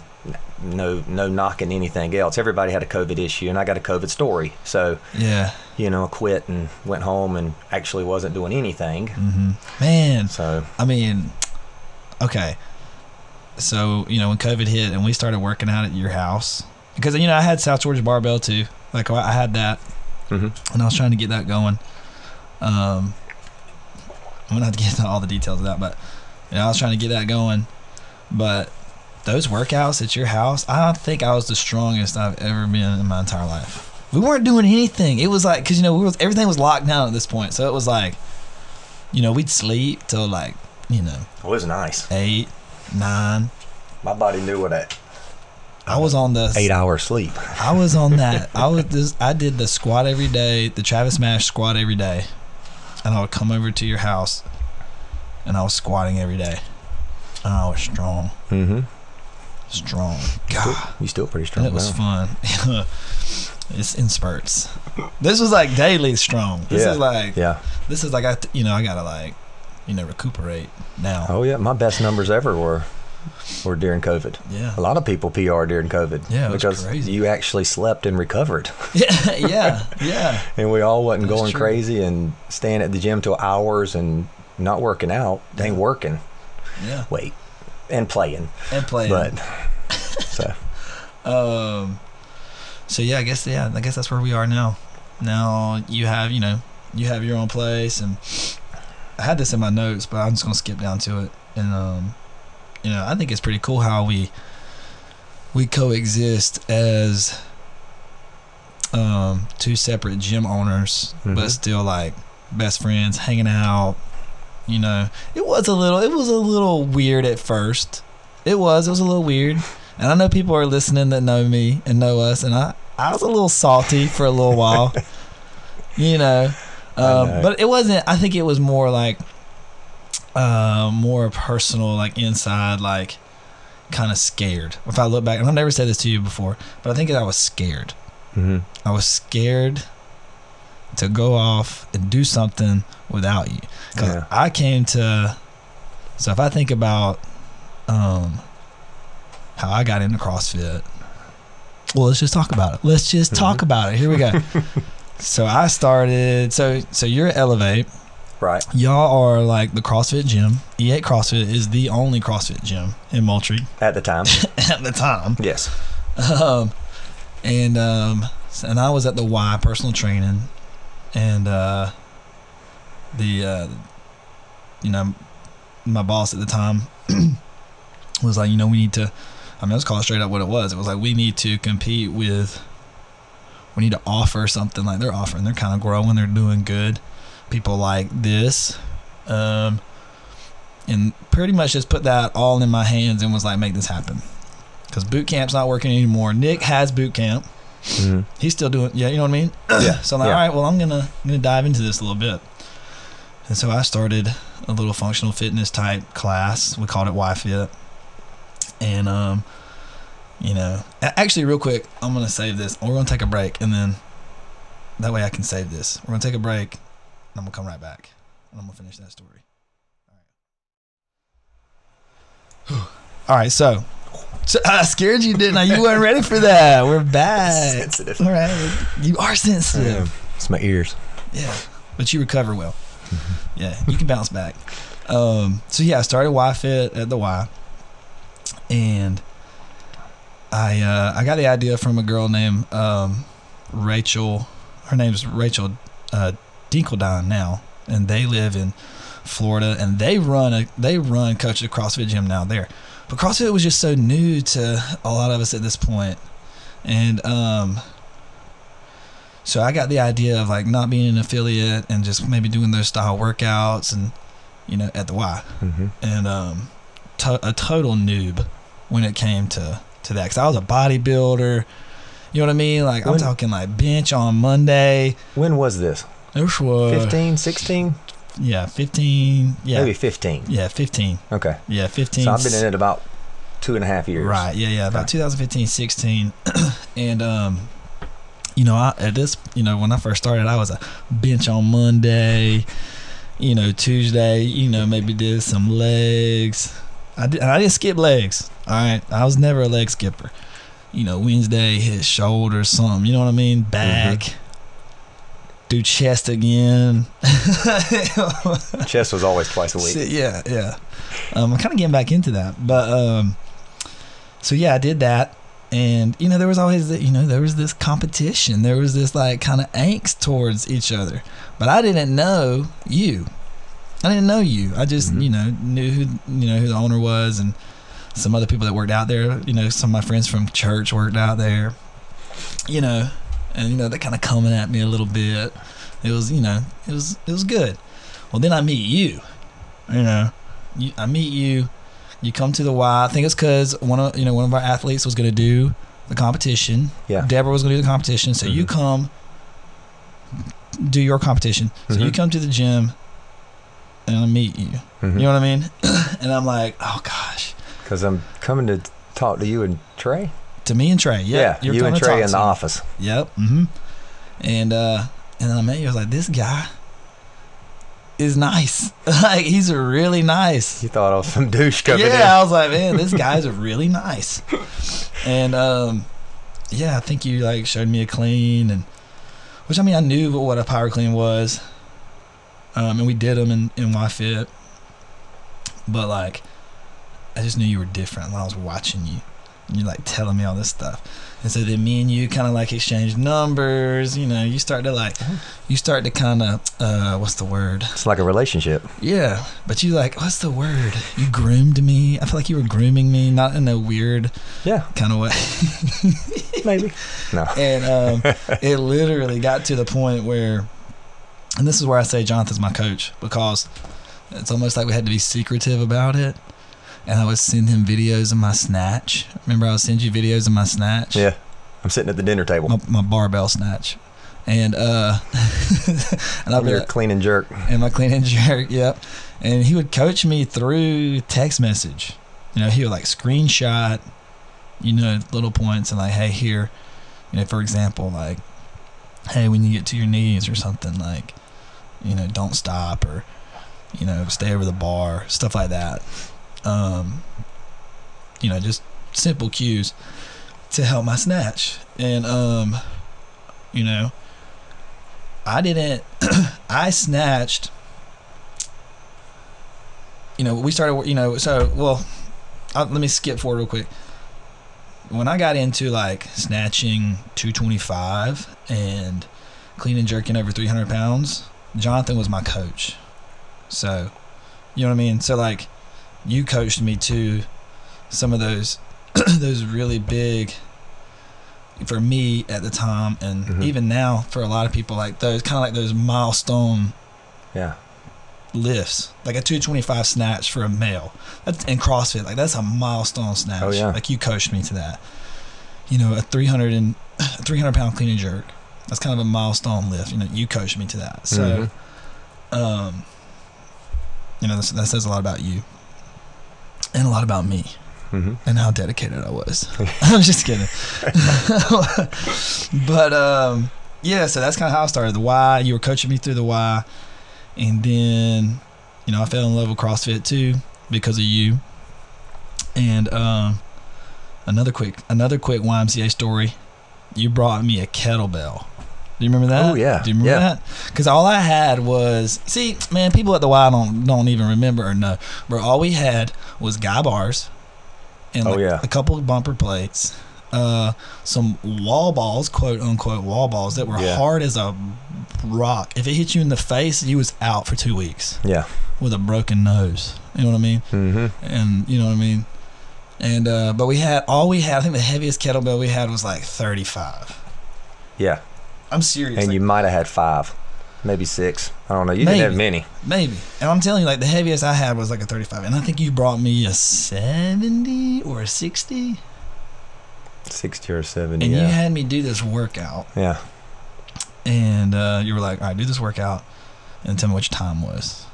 [SPEAKER 2] no no knocking anything else. Everybody had a COVID issue, and I got a COVID story. So
[SPEAKER 1] Yeah.
[SPEAKER 2] you know, I quit and went home and actually wasn't doing anything.
[SPEAKER 1] hmm Man,
[SPEAKER 2] So
[SPEAKER 1] I mean, okay. So you know when COVID hit and we started working out at your house because you know I had South Georgia barbell too. Like I I had that
[SPEAKER 2] mhm.
[SPEAKER 1] and I was trying to get that going. Um, I'm gonna have to get into all the details of that, but you know, I was trying to get that going. But those workouts at your house, I don't think I was the strongest I've ever been in my entire life. We weren't doing anything. It was like because you know we was, everything was locked down at this point, so it was like, you know, we'd sleep till like you know
[SPEAKER 2] it was nice.
[SPEAKER 1] eight, nine.
[SPEAKER 2] My body knew what that
[SPEAKER 1] I was on the
[SPEAKER 2] eight hour sleep.
[SPEAKER 1] I was on that. I was this, I did the squat every day, the Travis Mash squat every day, and I would come over to your house, and I was squatting every day, and I was strong,
[SPEAKER 2] Mm-hmm.
[SPEAKER 1] strong. God,
[SPEAKER 2] You still pretty strong
[SPEAKER 1] and it was
[SPEAKER 2] now.
[SPEAKER 1] fun. it's in spurts. This was like daily strong. This
[SPEAKER 2] Yeah.
[SPEAKER 1] is like
[SPEAKER 2] Yeah.
[SPEAKER 1] this is like I you know I gotta like you know recuperate now.
[SPEAKER 2] Oh yeah. My best numbers ever were were during COVID.
[SPEAKER 1] Yeah,
[SPEAKER 2] A lot of people PR during COVID.
[SPEAKER 1] Yeah, it was
[SPEAKER 2] because
[SPEAKER 1] crazy.
[SPEAKER 2] you actually slept and recovered,
[SPEAKER 1] yeah, yeah, yeah.
[SPEAKER 2] and we all wasn't
[SPEAKER 1] That's
[SPEAKER 2] going
[SPEAKER 1] true.
[SPEAKER 2] crazy and staying at the gym till hours and not working out. They ain't working.
[SPEAKER 1] yeah.
[SPEAKER 2] Wait, and playing,
[SPEAKER 1] And playing.
[SPEAKER 2] but so
[SPEAKER 1] Um, so yeah, I guess yeah, I guess that's where we are now. Now you have you know you have your own place, and I had this in my notes, but I'm just gonna skip down to it. And um, you know, I think it's pretty cool how we we coexist as um two separate gym owners, but
[SPEAKER 2] Mhm.
[SPEAKER 1] still like best friends, hanging out. You know, it was a little it was a little weird at first. It was it was a little weird. And I know people are listening that know me and know us, and I, I was a little salty for a little while, you know.
[SPEAKER 2] I
[SPEAKER 1] Um,
[SPEAKER 2] know.
[SPEAKER 1] But it wasn't. I think it was more like, uh, more personal, like inside, like kind of scared. If I look back, and I've never said this to you before, but I think I was scared.
[SPEAKER 2] mhm.
[SPEAKER 1] I was scared to go off and do something without you. Because
[SPEAKER 2] Yeah.
[SPEAKER 1] I came to. So if I think about um, how I got into CrossFit, well, let's just talk about it. Let's just talk about it. Here we go. so I started. So so you're at Elevate.
[SPEAKER 2] right.
[SPEAKER 1] Y'all are like the CrossFit gym. E8 CrossFit is the only CrossFit gym in Moultrie
[SPEAKER 2] At the time,
[SPEAKER 1] at the time
[SPEAKER 2] yes.
[SPEAKER 1] um, and um, s- and I was at the Y personal training, and uh, the uh, you know my boss at the time was like, you know, we need to. I mean, let's call it straight up what it was. It was like we need to compete with. We need to offer something like they're offering. They're kind of growing. They're doing good. People like this. Um, and pretty much just put that all in my hands and was like, make this happen because boot camp's not working anymore. Nick has boot camp.
[SPEAKER 2] Mhm.
[SPEAKER 1] He's still doing. Yeah, you know what I mean.
[SPEAKER 2] Yeah,
[SPEAKER 1] so I'm like,
[SPEAKER 2] yeah.
[SPEAKER 1] all right, well, I'm gonna I'm gonna dive into this a little bit. And so I started a little functional fitness type class. We called it YFit. And um, you know, a- actually, real quick, I'm gonna save this. We're gonna take a break, and then that way I can save this. We're gonna take a break, and I'm gonna come right back, and I'm gonna finish that story. All right. All right, so. So I scared you, didn't I? You weren't ready for that. We're back.
[SPEAKER 2] Sensitive.
[SPEAKER 1] All right. You are sensitive.
[SPEAKER 2] Uh, It's my ears.
[SPEAKER 1] Yeah, but you recover well. Yeah, you can bounce back. Um, so yeah, I started Y Fit at the Y, and I uh, I got the idea from a girl named um, Rachel. Her name's Rachel uh, Dinkeldine now, and they live in Florida, and they run a they run coach at CrossFit gym now there. But CrossFit was just so new to a lot of us at this point, and um, so I got the idea of like not being an affiliate and just maybe doing those style workouts and you know at the Y
[SPEAKER 2] Mm-hmm.
[SPEAKER 1] and um, to- a total noob when it came to to that because I was a bodybuilder. You know what I mean? Like I'm
[SPEAKER 2] When-
[SPEAKER 1] talking like bench on Monday.
[SPEAKER 2] When was this?
[SPEAKER 1] This was
[SPEAKER 2] 15, 16?
[SPEAKER 1] yeah, fifteen. Uh, Yeah,
[SPEAKER 2] Maybe 15.
[SPEAKER 1] yeah, fifteen.
[SPEAKER 2] Okay.
[SPEAKER 1] Yeah, fifteen.
[SPEAKER 2] So I've been in it about two and a half years.
[SPEAKER 1] Right. Yeah. Yeah. About
[SPEAKER 2] Okay.
[SPEAKER 1] 2015, 16, and um, you know, I at this, you know, when I first started, I was a bench on Monday, you know, Tuesday, you know, maybe did some legs. I did, and I didn't skip legs. All right. I was never a leg skipper. You know, Wednesday hit shoulders, something. You know what I mean? Back. Do chest again.
[SPEAKER 2] Chess was always twice a week.
[SPEAKER 1] So, yeah, yeah. Um, I'm kind of getting back into that, but um, so yeah, I did that, and you know, there was always the, you know there was this competition, there was this like kind of angst towards each other, but I didn't know you, I didn't know you. I just
[SPEAKER 2] Mhm.
[SPEAKER 1] you know knew who you know who the owner was and some other people that worked out there. You know, some of my friends from church worked out there. You know, and you know they kind of coming at me a little bit. It was you know it was it was good. Well, then I meet you. You know, you, I meet you. You come to the Y. I think it's because one of you know one of our athletes was gonna do the competition.
[SPEAKER 2] Yeah.
[SPEAKER 1] Deborah was gonna do the competition. So you
[SPEAKER 2] Mhm.
[SPEAKER 1] come do your competition. So you
[SPEAKER 2] Mhm.
[SPEAKER 1] come to the gym, and I meet you.
[SPEAKER 2] Mhm.
[SPEAKER 1] You know what I mean? and I'm like, oh gosh,
[SPEAKER 2] Because I'm coming to talk to you and Trey.
[SPEAKER 1] to me and Trey. Yep,
[SPEAKER 2] yeah,
[SPEAKER 1] you're
[SPEAKER 2] you and
[SPEAKER 1] coming to
[SPEAKER 2] Trey
[SPEAKER 1] talk
[SPEAKER 2] in
[SPEAKER 1] to
[SPEAKER 2] the
[SPEAKER 1] me.
[SPEAKER 2] office.
[SPEAKER 1] Yep. hmm And uh, and then I met you. I was like, this guy is nice. like he's really nice.
[SPEAKER 2] You thought I was some douche coming
[SPEAKER 1] yeah,
[SPEAKER 2] in.
[SPEAKER 1] I was like, man, this guy's really nice. And um, yeah, I think you like showed me a clean, and which I mean, I knew what a power clean was, um, and we did them in in YFit, but like, I just knew you were different. when I was watching you, and you're like telling me all this stuff. And so then me and you kind of like exchange numbers, you know. You start to like,
[SPEAKER 2] Oh.
[SPEAKER 1] you start to kind of, uh, what's the word?
[SPEAKER 2] It's like a relationship.
[SPEAKER 1] Yeah, but you like what's the word? You groomed me. I feel like you were grooming me, not in a weird
[SPEAKER 2] Yeah,
[SPEAKER 1] kind of way.
[SPEAKER 2] maybe. No.
[SPEAKER 1] And um, it literally got to the point where, and this is where I say Jonathan's my coach because it's almost like we had to be secretive about it. And I would send him videos of my snatch. Remember, I would send you videos of my snatch.
[SPEAKER 2] Yeah. I'm sitting at the dinner table.
[SPEAKER 1] My, my barbell snatch. And uh, and I'll
[SPEAKER 2] I'm
[SPEAKER 1] be
[SPEAKER 2] your
[SPEAKER 1] like,
[SPEAKER 2] clean and jerk.
[SPEAKER 1] and my clean and jerk. Yep. And he would coach me through text message. You know, he would like screenshot, you know, little points and like, hey, here, you know, for example, like, hey, when you get to your knees or something, like, you know, don't stop or, you know, stay over the bar, stuff like that. Um, you know, just simple cues to help my snatch. And, um, you know, I didn't I snatched. You know, we started. You know, so well. i let me skip forward real quick. When I got into like snatching 225 and clean and jerking over 300 pounds, Jonathan was my coach. So, you know what I mean. So like, you coached me to some of those those really big for me at the time and
[SPEAKER 2] Mhm.
[SPEAKER 1] even now for a lot of people like those kind of like those milestone
[SPEAKER 2] Yeah.
[SPEAKER 1] lifts like a 225 snatch for a male that's in crossfit like that's a milestone snatch
[SPEAKER 2] Oh, yeah.
[SPEAKER 1] like you coached me to that you know a 300 and a 300 pound clean and jerk that's kind of a milestone lift you know you coached me to that so
[SPEAKER 2] Mhm.
[SPEAKER 1] um, you know this, that says a lot about you and a lot about me
[SPEAKER 2] hmm
[SPEAKER 1] and how dedicated I was. I'm just kidding. but um, yeah, so that's kind of how I started. The why you were coaching me through the why, and then you know I fell in love with CrossFit too because of you. And um, another quick another quick YMCA story. You brought me a kettlebell Do you remember that?
[SPEAKER 2] Oh, yeah.
[SPEAKER 1] Do you remember
[SPEAKER 2] Yeah.
[SPEAKER 1] that? Because all I had was see, man, people at the Y don't don't even remember or know, but all we had was guy bars, and
[SPEAKER 2] Oh,
[SPEAKER 1] like
[SPEAKER 2] yeah.
[SPEAKER 1] a couple of bumper plates, uh, some wall balls, quote unquote wall balls that were
[SPEAKER 2] Yeah.
[SPEAKER 1] hard as a rock. If it hit you in the face, you was out for two weeks
[SPEAKER 2] Yeah.
[SPEAKER 1] with a broken nose. You know what I mean?
[SPEAKER 2] Mm-hmm.
[SPEAKER 1] and you know what I mean. And uh, but we had all we had. I think the heaviest kettlebell we had was like 35.
[SPEAKER 2] Yeah.
[SPEAKER 1] I'm serious.
[SPEAKER 2] And
[SPEAKER 1] like,
[SPEAKER 2] you might have had five, maybe six. I don't know. You didn't have many.
[SPEAKER 1] maybe. And I'm telling you, like the heaviest I had was like a 35. And I think you brought me a 70 or a 60.
[SPEAKER 2] 60 or 70.
[SPEAKER 1] And
[SPEAKER 2] yeah.
[SPEAKER 1] you had me do this workout.
[SPEAKER 2] yeah.
[SPEAKER 1] And uh, you were like, all right, do this workout and tell me what your time was.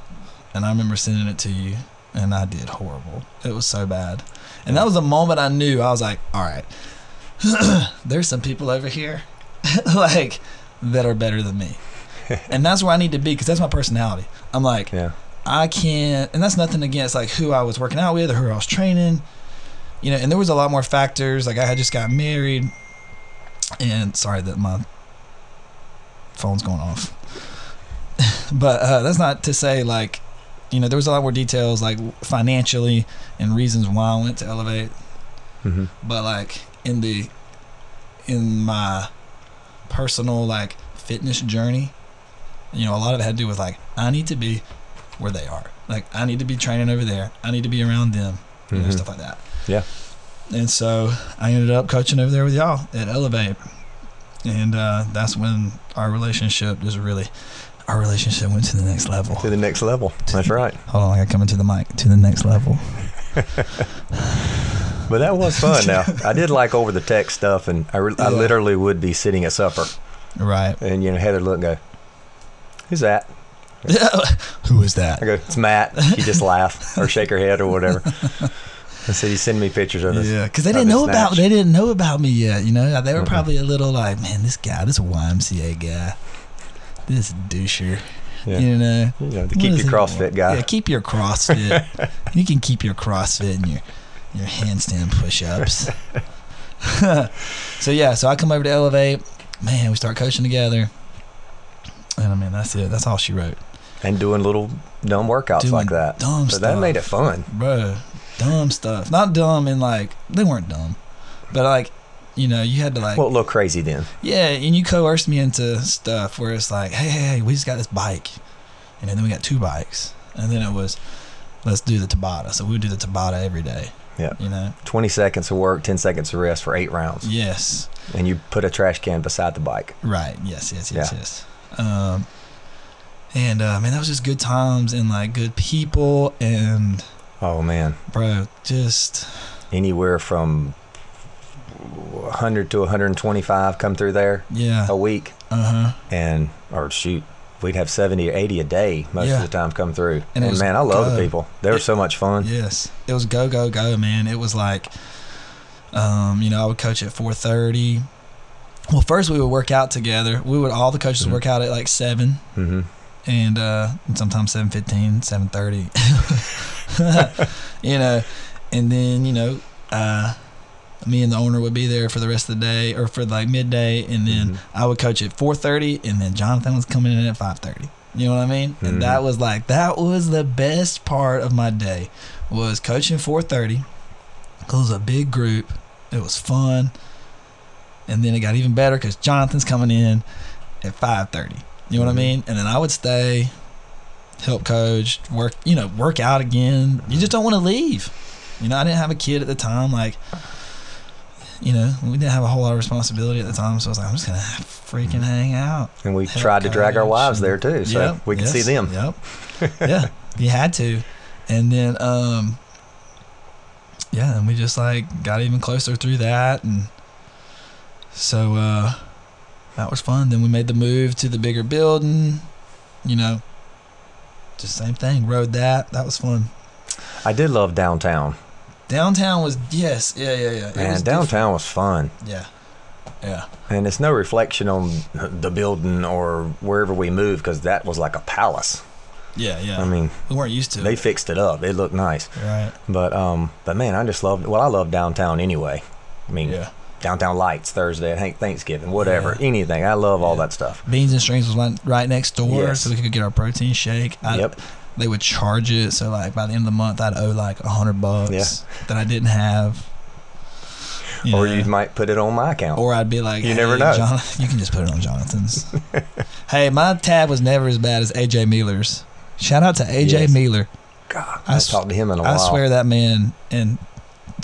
[SPEAKER 1] And I remember sending it to you. And I did horrible. It was so bad. And that was the moment I knew. I was like, all right, there's some people over here like that are better than me. and that's where I need to be because that's my personality. I'm like,
[SPEAKER 2] Yeah.
[SPEAKER 1] I can't, and that's nothing against like who I was working out with or who I was training, you know. And there was a lot more factors. Like I had just got married, and sorry that my phone's going off, but uh, that's not to say like, you know, there was a lot more details like financially and reasons why I went to Elevate,
[SPEAKER 2] Mm-hmm.
[SPEAKER 1] but like in the in my personal like fitness journey you know a lot of it had to do with like i need to be where they are like i need to be training over there i need to be around them you know,
[SPEAKER 2] Mhm.
[SPEAKER 1] stuff like that
[SPEAKER 2] Yeah.
[SPEAKER 1] and so i ended up coaching over there with y'all at elevate and uh, that's when our relationship just really our relationship went to the next level
[SPEAKER 2] To the next level. That's right.
[SPEAKER 1] hold on i gotta come into the mic to the next level
[SPEAKER 2] But that was fun. Now I did like over the tech stuff, and I, re- I
[SPEAKER 1] Yeah.
[SPEAKER 2] literally would be sitting at supper,
[SPEAKER 1] right
[SPEAKER 2] and you know Heather look and go, "Who's that?"
[SPEAKER 1] who is that
[SPEAKER 2] I go, "It's Matt." She just laugh or shake her head or whatever. And so you send me pictures of this.
[SPEAKER 1] Yeah, because they
[SPEAKER 2] of
[SPEAKER 1] didn't
[SPEAKER 2] his
[SPEAKER 1] know about
[SPEAKER 2] snatch.
[SPEAKER 1] they didn't know about me yet. You know, they were
[SPEAKER 2] Mhm.
[SPEAKER 1] probably a little like, man, this guy, this YMCA guy, this doucher.
[SPEAKER 2] Yeah.
[SPEAKER 1] You know,
[SPEAKER 2] You know, to
[SPEAKER 1] What
[SPEAKER 2] keep
[SPEAKER 1] does he
[SPEAKER 2] your CrossFit
[SPEAKER 1] want?
[SPEAKER 2] guy.
[SPEAKER 1] Yeah, keep your CrossFit. you can keep your CrossFit and your your handstand push-ups. so yeah, so I come over to Elevate. Man, we start coaching together. And I mean, that's it. That's all she wrote.
[SPEAKER 2] and doing little dumb workouts
[SPEAKER 1] Doing
[SPEAKER 2] like that.
[SPEAKER 1] dumb
[SPEAKER 2] but that
[SPEAKER 1] stuff.
[SPEAKER 2] made it fun.
[SPEAKER 1] Bruh, dumb stuff. Not dumb in like they weren't dumb, but like you know, you had to like
[SPEAKER 2] Well, a little crazy then.
[SPEAKER 1] Yeah, and you coerced me into stuff where it's like, hey, hey, hey, we just got this bike, and then we got two bikes, and then it was, let's do the Tabata. So we would do the Tabata every day.
[SPEAKER 2] Yeah.
[SPEAKER 1] You know.
[SPEAKER 2] 20 seconds of work, 10 seconds of rest for eight rounds.
[SPEAKER 1] Yes.
[SPEAKER 2] And you put a trash can beside the bike.
[SPEAKER 1] Right. Yes. Yes. Yes.
[SPEAKER 2] Yeah.
[SPEAKER 1] Yes. Um, and uh, man, that was just good times and like good people and
[SPEAKER 2] Oh, man.
[SPEAKER 1] bro, just
[SPEAKER 2] Anywhere from 100 to 125 come through there
[SPEAKER 1] yeah.
[SPEAKER 2] a week.
[SPEAKER 1] Uh huh.
[SPEAKER 2] And, or shoot, we'd have 70 or 80 a day most
[SPEAKER 1] Yeah.
[SPEAKER 2] of the time come through.
[SPEAKER 1] And
[SPEAKER 2] And,
[SPEAKER 1] it was
[SPEAKER 2] man, I love
[SPEAKER 1] good.
[SPEAKER 2] the people. They were
[SPEAKER 1] It-
[SPEAKER 2] so much fun.
[SPEAKER 1] Yes, it was go go go, man. It was like, um, you know, I would coach at four thirty. Well, first we would work out together. We would all the coaches
[SPEAKER 2] Mhm.
[SPEAKER 1] work out at like seven
[SPEAKER 2] hmm
[SPEAKER 1] and uh, and sometimes 7.15 7.30 you know and then you know uh, me and the owner would be there for the rest of the day or for like midday and then
[SPEAKER 2] Mhm.
[SPEAKER 1] i would coach at 4.30 and then jonathan was coming in at 5.30 you know what i mean and that
[SPEAKER 2] Mhm.
[SPEAKER 1] was like that was the best part of my day was coaching 4.30 because it was a big group it was fun and then it got even better because jonathan's coming in at 5.30 you know what i
[SPEAKER 2] Mhm.
[SPEAKER 1] mean and then i would stay help coach work you know work out again you just don't want to leave you know i didn't have a kid at the time like you know we didn't have a whole lot of responsibility at the time so i was like i'm just gonna freaking hang out
[SPEAKER 2] And we
[SPEAKER 1] Head
[SPEAKER 2] tried to drag our
[SPEAKER 1] coach
[SPEAKER 2] wives
[SPEAKER 1] and-
[SPEAKER 2] there too, so
[SPEAKER 1] Yep,
[SPEAKER 2] we could see
[SPEAKER 1] yes,
[SPEAKER 2] them.
[SPEAKER 1] yep yeah you had to and then um yeah and we just like got even closer through that and so uh that was fun then we made the move to the bigger building you know just same thing rode that that was fun
[SPEAKER 2] I did love downtown,
[SPEAKER 1] downtown was yes yeah yeah yeah It was
[SPEAKER 2] and
[SPEAKER 1] diff-
[SPEAKER 2] downtown was fun.
[SPEAKER 1] yeah yeah
[SPEAKER 2] And it's no reflection on the building or wherever we moved because that was like a palace.
[SPEAKER 1] yeah yeah
[SPEAKER 2] I mean,
[SPEAKER 1] we weren't used to
[SPEAKER 2] Um, they
[SPEAKER 1] it
[SPEAKER 2] fixed it up. It looked nice.
[SPEAKER 1] right
[SPEAKER 2] But um, but man, I just loved. Well, I love downtown anyway. I mean,
[SPEAKER 1] yeah
[SPEAKER 2] Downtown Lights Thursday at Hank Thanksgiving, whatever, anything. I love all that stuff.
[SPEAKER 1] Beans and Strings was like right next door,
[SPEAKER 2] Yes.
[SPEAKER 1] so we could get our protein shake. I,
[SPEAKER 2] Yep.
[SPEAKER 1] They would charge it, so like by the end of the month, I'd owe like a hundred bucks that I didn't have. You
[SPEAKER 2] Or
[SPEAKER 1] know.
[SPEAKER 2] you might put it on my account.
[SPEAKER 1] Or I'd be like,
[SPEAKER 2] You
[SPEAKER 1] "Hey,
[SPEAKER 2] never know."
[SPEAKER 1] Jon- you can just put it on Jonathan's. hey, my tab was never as bad as AJ Mueller's. Shout out to AJ
[SPEAKER 2] Yes. Oh,
[SPEAKER 1] Mueller.
[SPEAKER 2] God,
[SPEAKER 1] I
[SPEAKER 2] I
[SPEAKER 1] s-
[SPEAKER 2] have talked to him in a
[SPEAKER 1] I
[SPEAKER 2] while.
[SPEAKER 1] swear that man and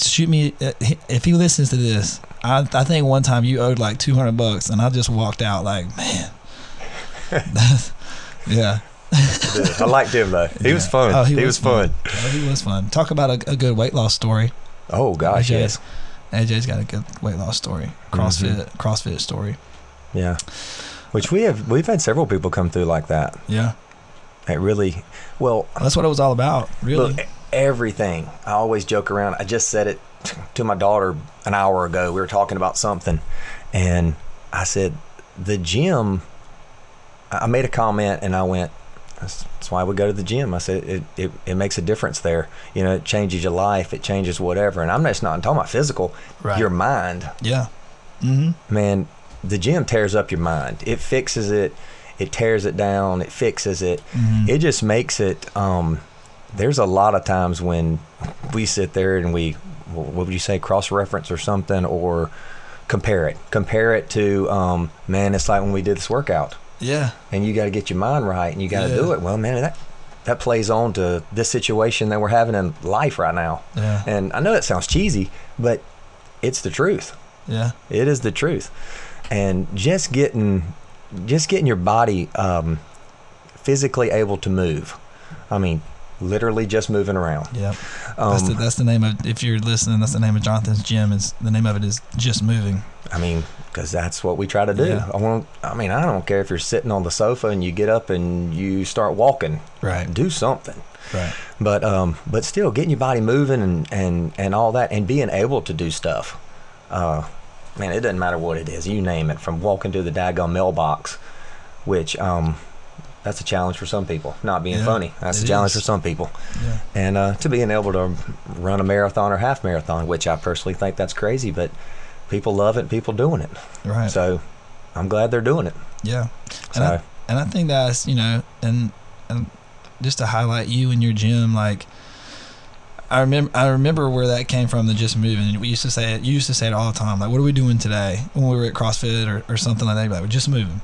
[SPEAKER 1] shoot me uh, he- if he listens to this. I I think one time you owed like two hundred bucks, and I just walked out like, man, that's- yeah,
[SPEAKER 2] I liked him though. He was
[SPEAKER 1] Yeah.
[SPEAKER 2] fun.
[SPEAKER 1] Oh,
[SPEAKER 2] he, was, fun.
[SPEAKER 1] Oh, he was fun. Talk about a, a good weight loss story.
[SPEAKER 2] Oh gosh,
[SPEAKER 1] AJ.
[SPEAKER 2] yes,
[SPEAKER 1] AJ's got a good weight loss story. CrossFit, CrossFit story.
[SPEAKER 2] yeah. Which we have we've had several people come through like that.
[SPEAKER 1] Yeah,
[SPEAKER 2] It really, well,
[SPEAKER 1] that's what it was all about. Really,
[SPEAKER 2] Look, e- everything. I always joke around. I just said it t- to my daughter an hour ago. We were talking about something, and I said, The gym. I I made a comment and I went, That's, that's why we go to the gym. I said, it, it, it makes a difference there. You know, it changes your life, it changes whatever. And I'm just not talking about physical,
[SPEAKER 1] Right.
[SPEAKER 2] your mind
[SPEAKER 1] yeah. Mm-hmm.
[SPEAKER 2] man, the gym tears up your mind. It fixes it, it tears it down, it fixes it.
[SPEAKER 1] Mhm.
[SPEAKER 2] It just makes it. Um, there's a lot of times when we sit there and we, what would you say, cross reference or something, or compare it. Compare it to, um, man, it's like when we did this workout
[SPEAKER 1] Yeah.
[SPEAKER 2] and you got to get your mind right and you got to
[SPEAKER 1] Yeah.
[SPEAKER 2] do it. Well, man, that that plays on to this situation that we're having in life right now.
[SPEAKER 1] Yeah.
[SPEAKER 2] And I know that sounds cheesy, but it's the truth.
[SPEAKER 1] Yeah.
[SPEAKER 2] It is the truth, and just getting, just getting your body um, physically able to move. I mean, literally just moving around.
[SPEAKER 1] Yeah. That's, the,
[SPEAKER 2] Um,
[SPEAKER 1] that's the name of, if you're listening, that's the name of Jonathan's gym. Is The name of it is Just Moving.
[SPEAKER 2] I mean, because that's what we try to do.
[SPEAKER 1] Yeah.
[SPEAKER 2] I want. I mean, I don't care if you're sitting on the sofa and you get up and you start walking.
[SPEAKER 1] Right.
[SPEAKER 2] Do something.
[SPEAKER 1] Right.
[SPEAKER 2] But um, but still, getting your body moving and and and all that, and being able to do stuff. Uh, man, it doesn't matter what it is. You name it, from walking to the daggone mailbox, which um, that's a challenge for some people. Not being
[SPEAKER 1] Yeah,
[SPEAKER 2] funny, that's
[SPEAKER 1] it
[SPEAKER 2] a challenge
[SPEAKER 1] is.
[SPEAKER 2] for some people.
[SPEAKER 1] Yeah.
[SPEAKER 2] And uh, to being able to run a marathon or half marathon, which I personally think that's crazy, but people love it. People doing it.
[SPEAKER 1] Right.
[SPEAKER 2] So I'm glad they're doing it.
[SPEAKER 1] yeah.
[SPEAKER 2] So
[SPEAKER 1] And I, and I think that's, you know, and, and just to highlight you and your gym, like, I remember, I remember where that came from. The just moving. We used to say it. You used to say it all the time. Like, what are we doing today? When we were at CrossFit or, or something like that, you'd be like, we're just moving,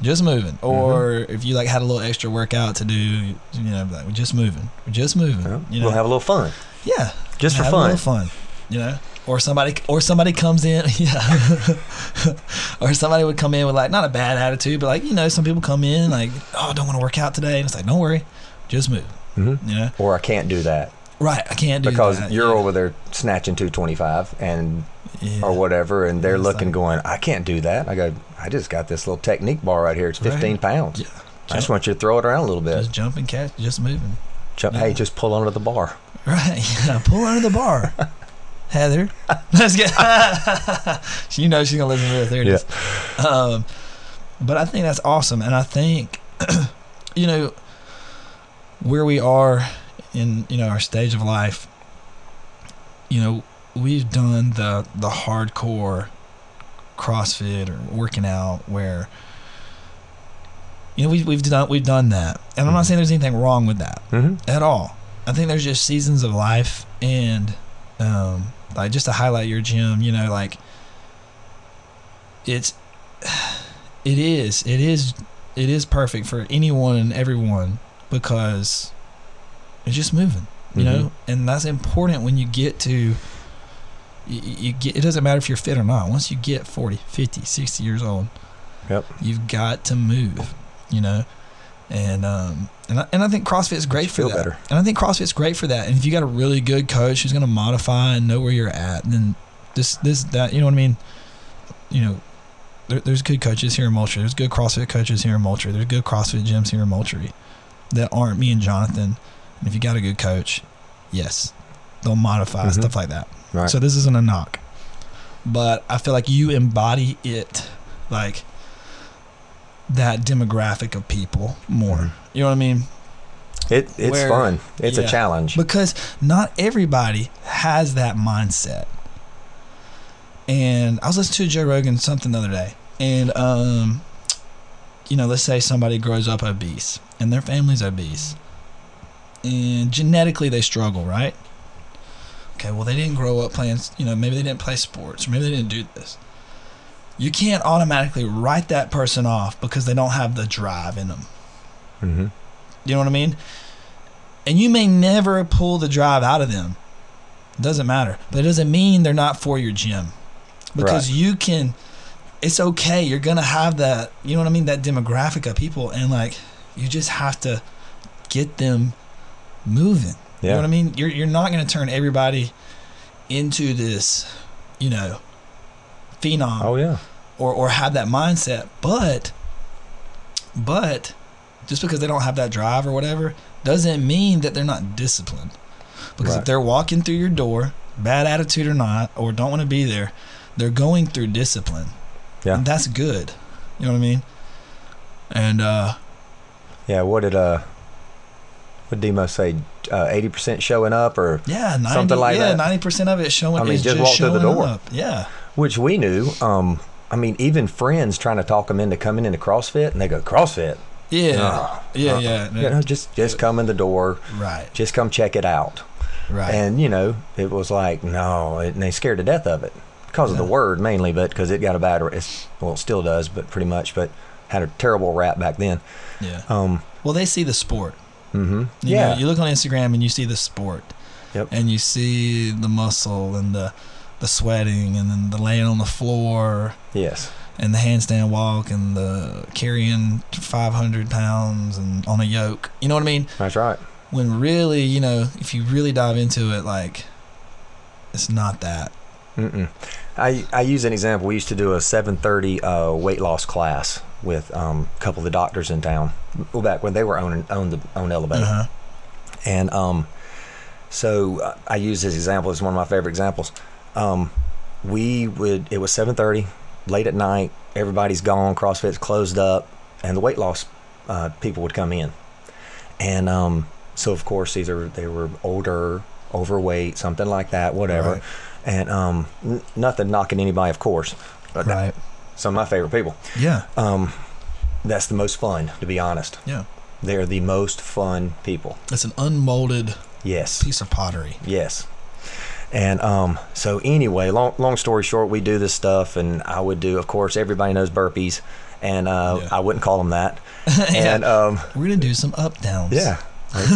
[SPEAKER 1] just moving.
[SPEAKER 2] Mm-hmm.
[SPEAKER 1] Or if you like had a little extra workout to do, you know, be like we're just moving, we're just moving.
[SPEAKER 2] yeah,
[SPEAKER 1] you know?
[SPEAKER 2] we'll have a little fun,
[SPEAKER 1] yeah,
[SPEAKER 2] just for
[SPEAKER 1] have A
[SPEAKER 2] fun.
[SPEAKER 1] little fun, you know. Or somebody, or somebody comes in, yeah. or somebody would come in with like not a bad attitude, but like you know, some people come in like, oh, I don't want to work out today, and it's like, don't worry, just move,
[SPEAKER 2] hmm
[SPEAKER 1] you know.
[SPEAKER 2] Or I can't do that.
[SPEAKER 1] Right, I can't do
[SPEAKER 2] because
[SPEAKER 1] that.
[SPEAKER 2] you're
[SPEAKER 1] yeah.
[SPEAKER 2] over there snatching 225 and
[SPEAKER 1] yeah.
[SPEAKER 2] or whatever and they're
[SPEAKER 1] It's
[SPEAKER 2] looking
[SPEAKER 1] like-
[SPEAKER 2] going i can't do that i go i just got this little technique bar right here it's 15
[SPEAKER 1] Right.
[SPEAKER 2] pounds
[SPEAKER 1] Yeah.
[SPEAKER 2] i just want you to throw it around a little bit
[SPEAKER 1] just jump and catch, just moving.
[SPEAKER 2] Jump,
[SPEAKER 1] yeah.
[SPEAKER 2] hey just pull under the bar
[SPEAKER 1] Right, yeah, pull under the bar, Heather. Let's get. you know she's gonna listen to this. There it is. Um, but I think that's awesome, and I think, you know, where we are in you know our stage of life, you know, we've done the the hardcore CrossFit or working out where. You know, we've, we've done we've done that, and I'm not
[SPEAKER 2] Mhm.
[SPEAKER 1] saying there's anything wrong with that
[SPEAKER 2] hmm
[SPEAKER 1] at all. I think there's just seasons of life, and um, like just to highlight your gym, you know, like it's it is it is it is perfect for anyone and everyone because it's just moving,
[SPEAKER 2] Mm-hmm.
[SPEAKER 1] you know, and that's important when you get to. You, you get it doesn't matter if you're fit or not once you get 40 50 60 years old
[SPEAKER 2] Yep.
[SPEAKER 1] you've got to move you know and um and I, and I think CrossFit is great
[SPEAKER 2] Just
[SPEAKER 1] for
[SPEAKER 2] feel
[SPEAKER 1] that
[SPEAKER 2] better.
[SPEAKER 1] and I think CrossFit's great for that. And if you got a really good coach who's going to modify and know where you're at, then this, this, that, you know what I mean? You know, there, there's good coaches here in Moultrie. There's good CrossFit coaches here in Moultrie. There's good CrossFit gyms here in Moultrie that aren't me and Jonathan. And if you got a good coach, yes, they'll modify
[SPEAKER 2] Mhm.
[SPEAKER 1] stuff like that.
[SPEAKER 2] right
[SPEAKER 1] So this isn't a knock, but I feel like you embody it, like that demographic of people more.
[SPEAKER 2] Mhm.
[SPEAKER 1] You know what I mean?
[SPEAKER 2] it, it's
[SPEAKER 1] where-
[SPEAKER 2] fun it's
[SPEAKER 1] yeah.
[SPEAKER 2] a challenge
[SPEAKER 1] because not everybody has that mindset and I was listening to Joe Rogan something the other day, and um, you know, let's say somebody grows up obese and their family's obese, and genetically they struggle, right? Okay, well they didn't grow up playing, you know, maybe they didn't play sports, or maybe they didn't do this. You can't automatically write that person off because they don't have the drive in them.
[SPEAKER 2] Mm-hmm.
[SPEAKER 1] You know what I mean? And you may never pull the drive out of them. It doesn't matter. But it doesn't mean they're not for your gym. Because you can it's okay. You're gonna have that you know what I mean, that demographic of people and like you just have to get them moving. You know
[SPEAKER 2] Yeah.
[SPEAKER 1] what I mean? You're you're not gonna turn everybody into this, you know, phenom
[SPEAKER 2] Oh yeah.
[SPEAKER 1] or or have that mindset. But but just because they don't have that drive or whatever doesn't mean that they're not disciplined. Because if
[SPEAKER 2] Right.
[SPEAKER 1] they're walking through your door, bad attitude or not, or don't want to be there, they're going through discipline.
[SPEAKER 2] Yeah.
[SPEAKER 1] And that's good. You know what I mean? And uh
[SPEAKER 2] Yeah. What did uh, what did Demo say? Uh, Eighty percent showing up, or
[SPEAKER 1] yeah, 90,
[SPEAKER 2] Something like
[SPEAKER 1] yeah,
[SPEAKER 2] that.
[SPEAKER 1] ninety percent of it showing
[SPEAKER 2] I mean,
[SPEAKER 1] is
[SPEAKER 2] just
[SPEAKER 1] just,
[SPEAKER 2] walk through
[SPEAKER 1] showing
[SPEAKER 2] the door.
[SPEAKER 1] up. Yeah.
[SPEAKER 2] which we knew. Um, I mean, even friends trying to talk them into coming into CrossFit, and they go CrossFit.
[SPEAKER 1] Yeah.
[SPEAKER 2] Nah,
[SPEAKER 1] yeah,
[SPEAKER 2] uh-uh.
[SPEAKER 1] yeah.
[SPEAKER 2] You know, just just come in the door,
[SPEAKER 1] Right.
[SPEAKER 2] just come check it out.
[SPEAKER 1] Right.
[SPEAKER 2] And you know, it was like no, and they scared to death of it because of the
[SPEAKER 1] Yeah.
[SPEAKER 2] word mainly, but because it got a bad, it's, well, it still does, but pretty much, but had a terrible rap back then.
[SPEAKER 1] yeah.
[SPEAKER 2] Um,
[SPEAKER 1] Well, they see the sport.
[SPEAKER 2] hmm
[SPEAKER 1] You
[SPEAKER 2] yeah,
[SPEAKER 1] know, you look on Instagram and you see the sport.
[SPEAKER 2] Yep.
[SPEAKER 1] And you see the muscle and the the sweating and then the laying on the floor
[SPEAKER 2] yes,
[SPEAKER 1] and the handstand walk and the carrying 500 pounds and on a yoke. You know what I mean?
[SPEAKER 2] that's right.
[SPEAKER 1] When really, you know, if you really dive into it, like it's not that.
[SPEAKER 2] Mm-mm. I, I use an example. We used to do a 7:30 uh, weight loss class with um, a couple of the doctors in town well, back when they were owning owned the own elevator.
[SPEAKER 1] Uh-huh.
[SPEAKER 2] And um, so uh, I use this example. It's one of my favorite examples. Um, we would. It was 7:30, late at night. Everybody's gone. CrossFit's closed up, and the weight loss uh, people would come in. And um, so, of course, these are they were older, overweight, something like that, whatever.
[SPEAKER 1] Right.
[SPEAKER 2] And um, n- nothing knocking anybody, of course. But
[SPEAKER 1] Right.
[SPEAKER 2] Some of my favorite people.
[SPEAKER 1] Yeah.
[SPEAKER 2] Um, that's the most fun, to be honest.
[SPEAKER 1] Yeah.
[SPEAKER 2] They're the most fun people.
[SPEAKER 1] It's an unmolded
[SPEAKER 2] Yes.
[SPEAKER 1] piece of pottery.
[SPEAKER 2] Yes. And um, so anyway, long long story short, we do this stuff, and I would do, of course, everybody knows burpees, and uh,
[SPEAKER 1] Yeah.
[SPEAKER 2] I wouldn't call them that.
[SPEAKER 1] yeah.
[SPEAKER 2] And um,
[SPEAKER 1] We're going to do some up downs.
[SPEAKER 2] yeah,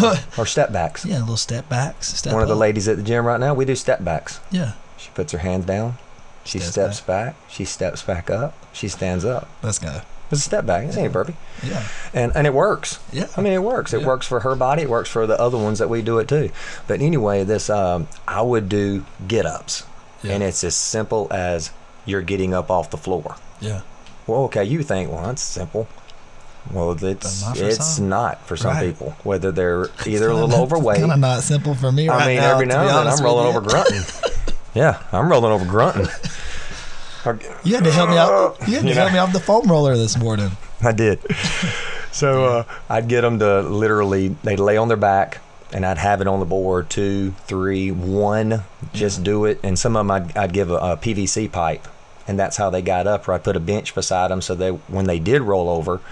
[SPEAKER 2] or, or step backs.
[SPEAKER 1] Yeah, Oh. little step backs, step
[SPEAKER 2] One of the
[SPEAKER 1] up.
[SPEAKER 2] ladies at the gym right now, we do step backs.
[SPEAKER 1] Yeah.
[SPEAKER 2] She puts her hands down, she
[SPEAKER 1] Steps
[SPEAKER 2] steps back. she steps back up, she stands up.
[SPEAKER 1] Let's go.
[SPEAKER 2] It's a step back. It's ain't a burpee,
[SPEAKER 1] Yeah.
[SPEAKER 2] and and it works.
[SPEAKER 1] Yeah.
[SPEAKER 2] I mean, it works. It
[SPEAKER 1] Yeah.
[SPEAKER 2] works for her body. It works for the other ones that we do it too. But anyway, this um, I would do get ups,
[SPEAKER 1] Yeah.
[SPEAKER 2] and it's as simple as you're getting up off the floor.
[SPEAKER 1] Yeah.
[SPEAKER 2] Well, okay, you think, well, that's simple. Well, it's
[SPEAKER 1] not for
[SPEAKER 2] it's
[SPEAKER 1] some.
[SPEAKER 2] not for some
[SPEAKER 1] Right.
[SPEAKER 2] people. Whether they're either a little overweight.
[SPEAKER 1] Kind of not simple for me.
[SPEAKER 2] I
[SPEAKER 1] right
[SPEAKER 2] mean,
[SPEAKER 1] now,
[SPEAKER 2] every
[SPEAKER 1] to
[SPEAKER 2] now
[SPEAKER 1] be
[SPEAKER 2] and then
[SPEAKER 1] honest
[SPEAKER 2] I'm
[SPEAKER 1] with
[SPEAKER 2] rolling
[SPEAKER 1] you.
[SPEAKER 2] over grunting. yeah, I'm rolling over grunting. Or-
[SPEAKER 1] You had to help me out. You had to
[SPEAKER 2] You know.
[SPEAKER 1] help me off the foam roller this morning.
[SPEAKER 2] I did. So uh, I'd get them to literally, they'd lay on their back and I'd have it on the board two, three, one, just do it. And some of them I'd, I'd give a, a PVC pipe. And that's how they got up, or I put a bench beside them so they, when they did roll over,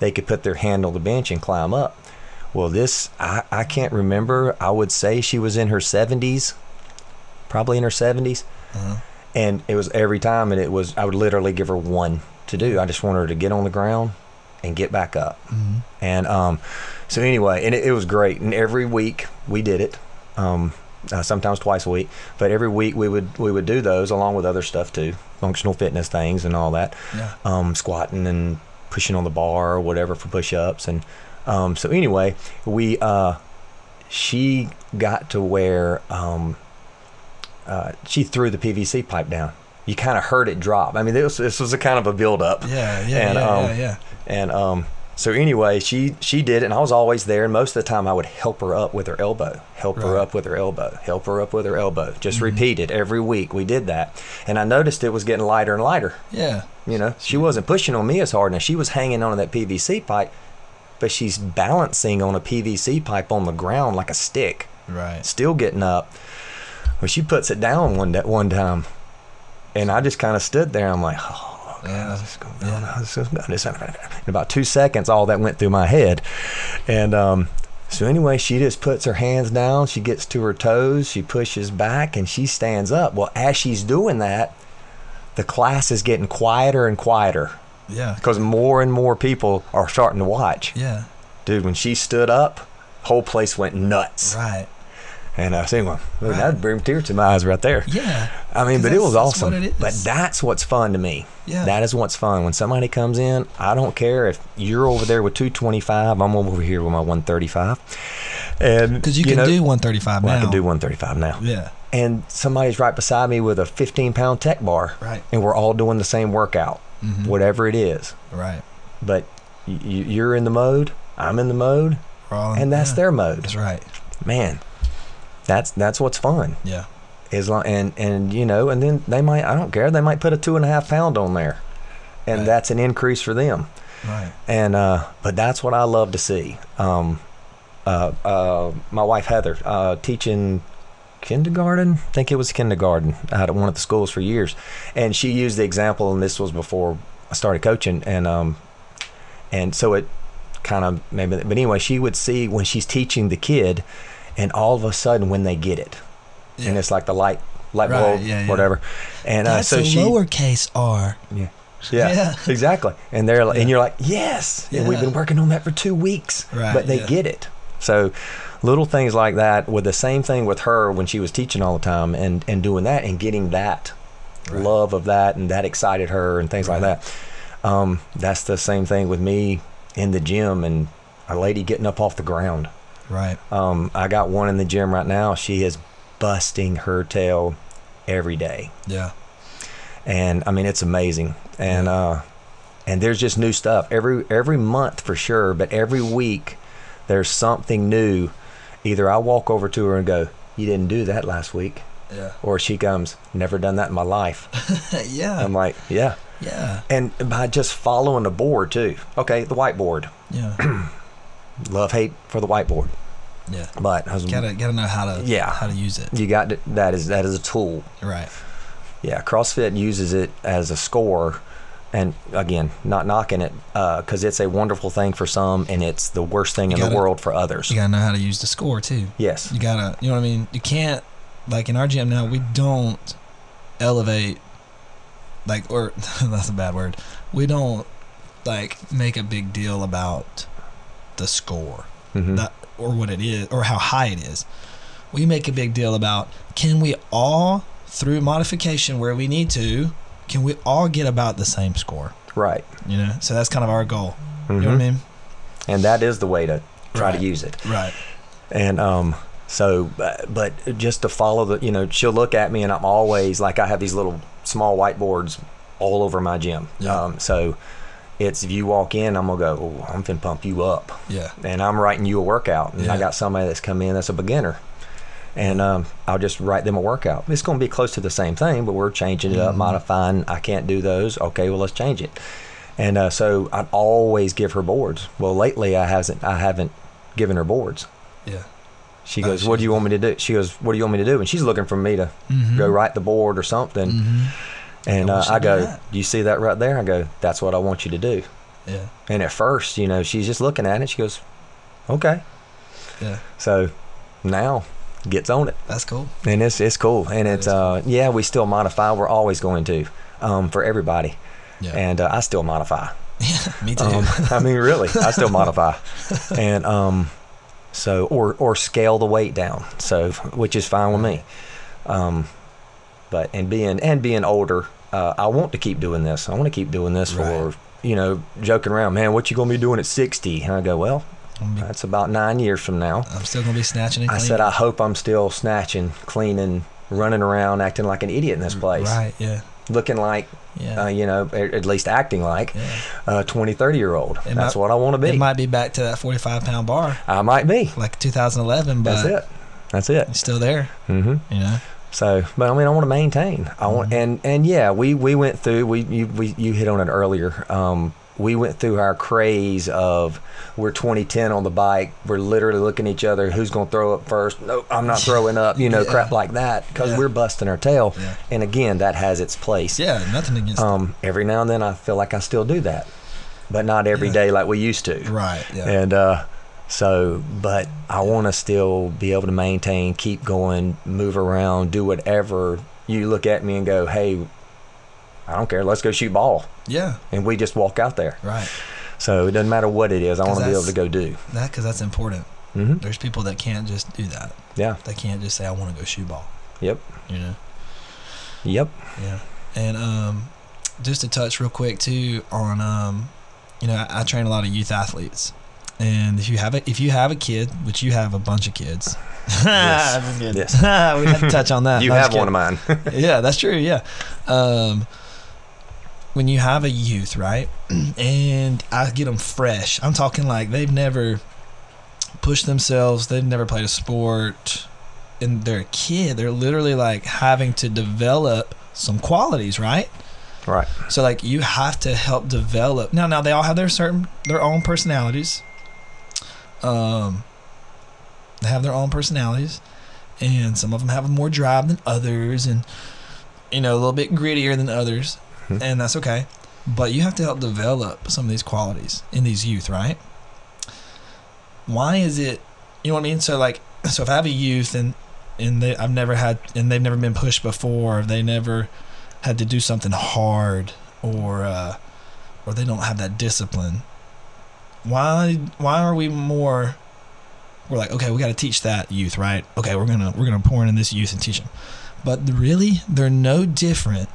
[SPEAKER 2] they could put their hand on the bench and climb up. Well, this, I, I can't remember. I would say she was in her 70s, probably in her 70s
[SPEAKER 1] Uh-huh.
[SPEAKER 2] and it was every time and it was i would literally give her one to do i just wanted her to get on the ground and get back up
[SPEAKER 1] Mhm.
[SPEAKER 2] and um, so anyway and it, it was great and every week we did it um, uh, sometimes twice a week but every week we would we would do those along with other stuff too functional fitness things and all that
[SPEAKER 1] Yeah.
[SPEAKER 2] um, squatting and pushing on the bar or whatever for push-ups and um, so anyway we uh, she got to where um, uh, she threw the PVC pipe down you kind of heard it drop I mean this, this was a kind of a build-up
[SPEAKER 1] Yeah. Yeah.
[SPEAKER 2] And,
[SPEAKER 1] yeah,
[SPEAKER 2] um,
[SPEAKER 1] yeah. Yeah.
[SPEAKER 2] and um, so anyway she she did it and I was always there and most of the time I would help her up with her elbow help her
[SPEAKER 1] Right. Mm-hmm.
[SPEAKER 2] up with her elbow help her up with her elbow just repeat it every week we did that and I noticed it was getting lighter and lighter
[SPEAKER 1] Yeah.
[SPEAKER 2] you know, she wasn't pushing on me as hard. Now she was hanging on to that PVC pipe, but she's balancing on a PVC pipe on the ground like a stick,
[SPEAKER 1] Right.
[SPEAKER 2] still getting up. When she puts it down one that one time, And I just kind of stood there. I'm like, oh, okay,
[SPEAKER 1] Yeah.
[SPEAKER 2] this is going to
[SPEAKER 1] Yeah.
[SPEAKER 2] this is going to In about two seconds, all that went through my head. And um, so anyway, she just puts her hands down. She gets to her toes. She pushes back, and she stands up. Well, as she's doing that, the class is getting quieter and quieter
[SPEAKER 1] Yeah.
[SPEAKER 2] because more and more people are starting to watch.
[SPEAKER 1] Yeah.
[SPEAKER 2] Dude, when she stood up, whole place went nuts.
[SPEAKER 1] Right.
[SPEAKER 2] And I was thinking, well,
[SPEAKER 1] Right.
[SPEAKER 2] that bring tears to my eyes right there.
[SPEAKER 1] Yeah.
[SPEAKER 2] I mean,
[SPEAKER 1] 'Cause
[SPEAKER 2] but it was
[SPEAKER 1] that's- that's
[SPEAKER 2] awesome.
[SPEAKER 1] what it is.
[SPEAKER 2] But that's what's fun to me.
[SPEAKER 1] Yeah.
[SPEAKER 2] That is what's fun. When somebody comes in, I don't care if you're over there with 225, I'm over here with my 135. And
[SPEAKER 1] Because you, can
[SPEAKER 2] know,
[SPEAKER 1] do 135
[SPEAKER 2] well,
[SPEAKER 1] now.
[SPEAKER 2] I can do 135 now.
[SPEAKER 1] Yeah.
[SPEAKER 2] And somebody's right beside me with a 15 pound tech bar,
[SPEAKER 1] Right.
[SPEAKER 2] and we're all doing the same workout,
[SPEAKER 1] Mhm.
[SPEAKER 2] whatever it is.
[SPEAKER 1] Right.
[SPEAKER 2] But y- y- you're in the mode, I'm in the mode,
[SPEAKER 1] We're all in-
[SPEAKER 2] and that's
[SPEAKER 1] Oh, yeah.
[SPEAKER 2] their mode.
[SPEAKER 1] That's right.
[SPEAKER 2] Man, that's that's what's fun.
[SPEAKER 1] Yeah.
[SPEAKER 2] as long and and you know and then they might i don't care they might put a two and a half pound on there and
[SPEAKER 1] Right.
[SPEAKER 2] that's an increase for them
[SPEAKER 1] Right.
[SPEAKER 2] and uh but that's what i love to see um uh uh my wife heather uh teaching kindergarten i think it was kindergarten out at one of the schools for years and she used the example and this was before i started coaching and um and so it kind of maybe but anyway she would see when she's teaching the kid and all of a sudden when they get it
[SPEAKER 1] Yeah.
[SPEAKER 2] and it's like the light light
[SPEAKER 1] Right,
[SPEAKER 2] bulb
[SPEAKER 1] yeah, yeah.
[SPEAKER 2] whatever and uh,
[SPEAKER 1] that's
[SPEAKER 2] so
[SPEAKER 1] a
[SPEAKER 2] she
[SPEAKER 1] lowercase r.
[SPEAKER 2] yeah, yeah,
[SPEAKER 1] Yeah.
[SPEAKER 2] exactly and they're like,
[SPEAKER 1] Yeah.
[SPEAKER 2] and you're like yes and we've been
[SPEAKER 1] Yeah.
[SPEAKER 2] working on that for two weeks
[SPEAKER 1] Right,
[SPEAKER 2] but they
[SPEAKER 1] yeah.
[SPEAKER 2] get it so little things like that with the same thing with her when she was teaching all the time and and doing that and getting that
[SPEAKER 1] Right.
[SPEAKER 2] love of that and that excited her and things
[SPEAKER 1] Right.
[SPEAKER 2] like that um, that's the same thing with me in the gym and a lady getting up off the ground
[SPEAKER 1] Right.
[SPEAKER 2] um, I got one in the gym right now. She is busting her tail every day,
[SPEAKER 1] Yeah.
[SPEAKER 2] and I mean it's amazing. And uh, and there's just new stuff every every month for sure. But every week there's something new. Either I walk over to her and go, "You didn't do that last week,"
[SPEAKER 1] Yeah.
[SPEAKER 2] or she comes, "Never done that in my life."
[SPEAKER 1] yeah.
[SPEAKER 2] I'm like, "Yeah."
[SPEAKER 1] yeah.
[SPEAKER 2] And by just following the board too. Okay, the whiteboard.
[SPEAKER 1] Yeah.
[SPEAKER 2] Love hate for the whiteboard,
[SPEAKER 1] Yeah.
[SPEAKER 2] but I was,
[SPEAKER 1] Gotta gotta know how to
[SPEAKER 2] Yeah.
[SPEAKER 1] how to use it.
[SPEAKER 2] you got to, that is that is a tool.
[SPEAKER 1] Right.
[SPEAKER 2] Yeah, CrossFit uses it as a score, and again, not knocking it because it's a wonderful thing for some, and it's the worst thing
[SPEAKER 1] You
[SPEAKER 2] in the
[SPEAKER 1] gotta-
[SPEAKER 2] world for others.
[SPEAKER 1] You gotta know how to use the score too.
[SPEAKER 2] Yes,
[SPEAKER 1] You gotta you know what I mean? You can't like in our gym now we don't elevate like or that's a bad word. We don't like make a big deal about the score.
[SPEAKER 2] Mhm.
[SPEAKER 1] Not or what it is or how high it is. We make a big deal about can we all through modification where we need to, can we all get about the same score?
[SPEAKER 2] right,
[SPEAKER 1] You know? So that's kind of our goal. You know
[SPEAKER 2] Mhm.
[SPEAKER 1] what I mean?
[SPEAKER 2] and that is the way to try
[SPEAKER 1] Right.
[SPEAKER 2] to use it.
[SPEAKER 1] Right.
[SPEAKER 2] And um, so, bu- but just to follow the, you know, she'll look at me, and I'm always like, I have these little small whiteboards all over my gym.
[SPEAKER 1] Yeah.
[SPEAKER 2] Um, so it's if you walk in, I'm gonna go, oh, I'm finna pump you up.
[SPEAKER 1] Yeah.
[SPEAKER 2] and I'm writing you a workout. And
[SPEAKER 1] Yeah.
[SPEAKER 2] I got somebody that's come in that's a beginner, and um, I'll just write them a workout. It's going to be close to the same thing, but we're changing it up,
[SPEAKER 1] Mhm.
[SPEAKER 2] modifying. I can't do those. Okay, well let's change it. And uh, so I always give her boards. Well, lately I hasn't. I haven't given her boards.
[SPEAKER 1] Yeah.
[SPEAKER 2] She
[SPEAKER 1] Oh,
[SPEAKER 2] goes,
[SPEAKER 1] she-
[SPEAKER 2] "What do you want me to do?" She goes, "What do you want me to do?" And she's looking for me to
[SPEAKER 1] Mhm.
[SPEAKER 2] go write the board or something.
[SPEAKER 1] Mhm.
[SPEAKER 2] And
[SPEAKER 1] Yeah, we
[SPEAKER 2] uh,
[SPEAKER 1] should
[SPEAKER 2] I
[SPEAKER 1] do
[SPEAKER 2] go,
[SPEAKER 1] that.
[SPEAKER 2] "You see that right there?" I go, "That's what I want you to do."
[SPEAKER 1] Yeah.
[SPEAKER 2] And at first, you know, she's just looking at it. She goes, "Okay."
[SPEAKER 1] Yeah.
[SPEAKER 2] So now gets on it,
[SPEAKER 1] That's cool.
[SPEAKER 2] and it's it's cool, and
[SPEAKER 1] That
[SPEAKER 2] it's
[SPEAKER 1] is cool.
[SPEAKER 2] uh yeah we still modify. We're always going to um, for everybody,
[SPEAKER 1] Yeah.
[SPEAKER 2] and uh, I still modify.
[SPEAKER 1] yeah. Me too.
[SPEAKER 2] Um, I mean, really, I still modify, and um, so or or scale the weight down, so which is fine with me, um, but and being and being older, uh, I want to keep doing this. I want to keep doing this
[SPEAKER 1] Right.
[SPEAKER 2] for you know joking around, man. What you gonna be doing at sixty? And I go, well,
[SPEAKER 1] I'm, gonna be-
[SPEAKER 2] that's about nine years from now.
[SPEAKER 1] I'm still gonna be snatching and
[SPEAKER 2] I
[SPEAKER 1] cleaning.
[SPEAKER 2] said, I hope I'm still snatching, cleaning, running around, acting like an idiot in this place.
[SPEAKER 1] Right. Yeah.
[SPEAKER 2] Looking like,
[SPEAKER 1] Yeah.
[SPEAKER 2] uh, you know, at, at least acting like
[SPEAKER 1] yeah.
[SPEAKER 2] a 20, 30 year old.
[SPEAKER 1] It might-
[SPEAKER 2] That's what I want to be.
[SPEAKER 1] It might be back to that 45 pound bar
[SPEAKER 2] I might be.
[SPEAKER 1] like 2011, but
[SPEAKER 2] That's it. That's it.
[SPEAKER 1] it's still there.
[SPEAKER 2] hmm
[SPEAKER 1] You know.
[SPEAKER 2] So, but I mean, I want to maintain. I want,
[SPEAKER 1] Mhm.
[SPEAKER 2] and and yeah, we we went through. We you we, you hit on it earlier. Um, we went through our craze of we're 2010 on the bike. We're literally looking at each other. Who's going to throw up first? Nope, I'm not throwing up. You know,
[SPEAKER 1] Yeah.
[SPEAKER 2] crap like that because
[SPEAKER 1] Yeah.
[SPEAKER 2] we're busting our tail.
[SPEAKER 1] Yeah.
[SPEAKER 2] And again, that has its place.
[SPEAKER 1] Yeah, nothing against
[SPEAKER 2] Um, every now and then, I feel like I still do that, but not every
[SPEAKER 1] Yeah.
[SPEAKER 2] day like we used to.
[SPEAKER 1] right. Yeah.
[SPEAKER 2] And uh, so, but I want to still be able to maintain, keep going, move around, do whatever. You look at me and go, "Hey, I don't care. Let's go shoot ball,"
[SPEAKER 1] Yeah.
[SPEAKER 2] and we just walk out there.
[SPEAKER 1] Right.
[SPEAKER 2] So it doesn't matter what it is. I
[SPEAKER 1] 'Cause
[SPEAKER 2] want to be able
[SPEAKER 1] that's-
[SPEAKER 2] to go do.
[SPEAKER 1] That because that's important.
[SPEAKER 2] hmm
[SPEAKER 1] There's people that can't just do that.
[SPEAKER 2] Yeah.
[SPEAKER 1] They can't just say I want to go shoe ball.
[SPEAKER 2] Yep.
[SPEAKER 1] You know.
[SPEAKER 2] Yep.
[SPEAKER 1] Yeah. And um, just to touch real quick too on um, you know, I, I train a lot of youth athletes, and if you have a if you have a kid, which you have a bunch of kids,
[SPEAKER 2] Yes.
[SPEAKER 1] Just kidding.
[SPEAKER 2] Yes.
[SPEAKER 1] we had to touch on that.
[SPEAKER 2] you
[SPEAKER 1] Uh, No, I'm
[SPEAKER 2] have
[SPEAKER 1] just
[SPEAKER 2] one of mine.
[SPEAKER 1] kidding. yeah, that's true. Yeah. Um, when you have a youth, right, and I get them fresh. I'm talking like they've never pushed themselves. They've never played a sport. And they're a kid. They're literally like having to develop some qualities, right?
[SPEAKER 2] right.
[SPEAKER 1] So like you have to help develop. Now now they all have their certain their own personalities. Um they have their own personalities and some of them have more drive than others and you know a little bit grittier than others
[SPEAKER 2] Mhm.
[SPEAKER 1] and that's okay. But you have to help develop some of these qualities in these youth, right? Why is it you know what I mean? So like so if I have a youth and and they I've never had and they've never been pushed before, they never had to do something hard or uh, or they don't have that discipline. Why why are we more we're like okay we got to teach that youth right okay we're gonna we're gonna pour in this youth and teach them but really they're no different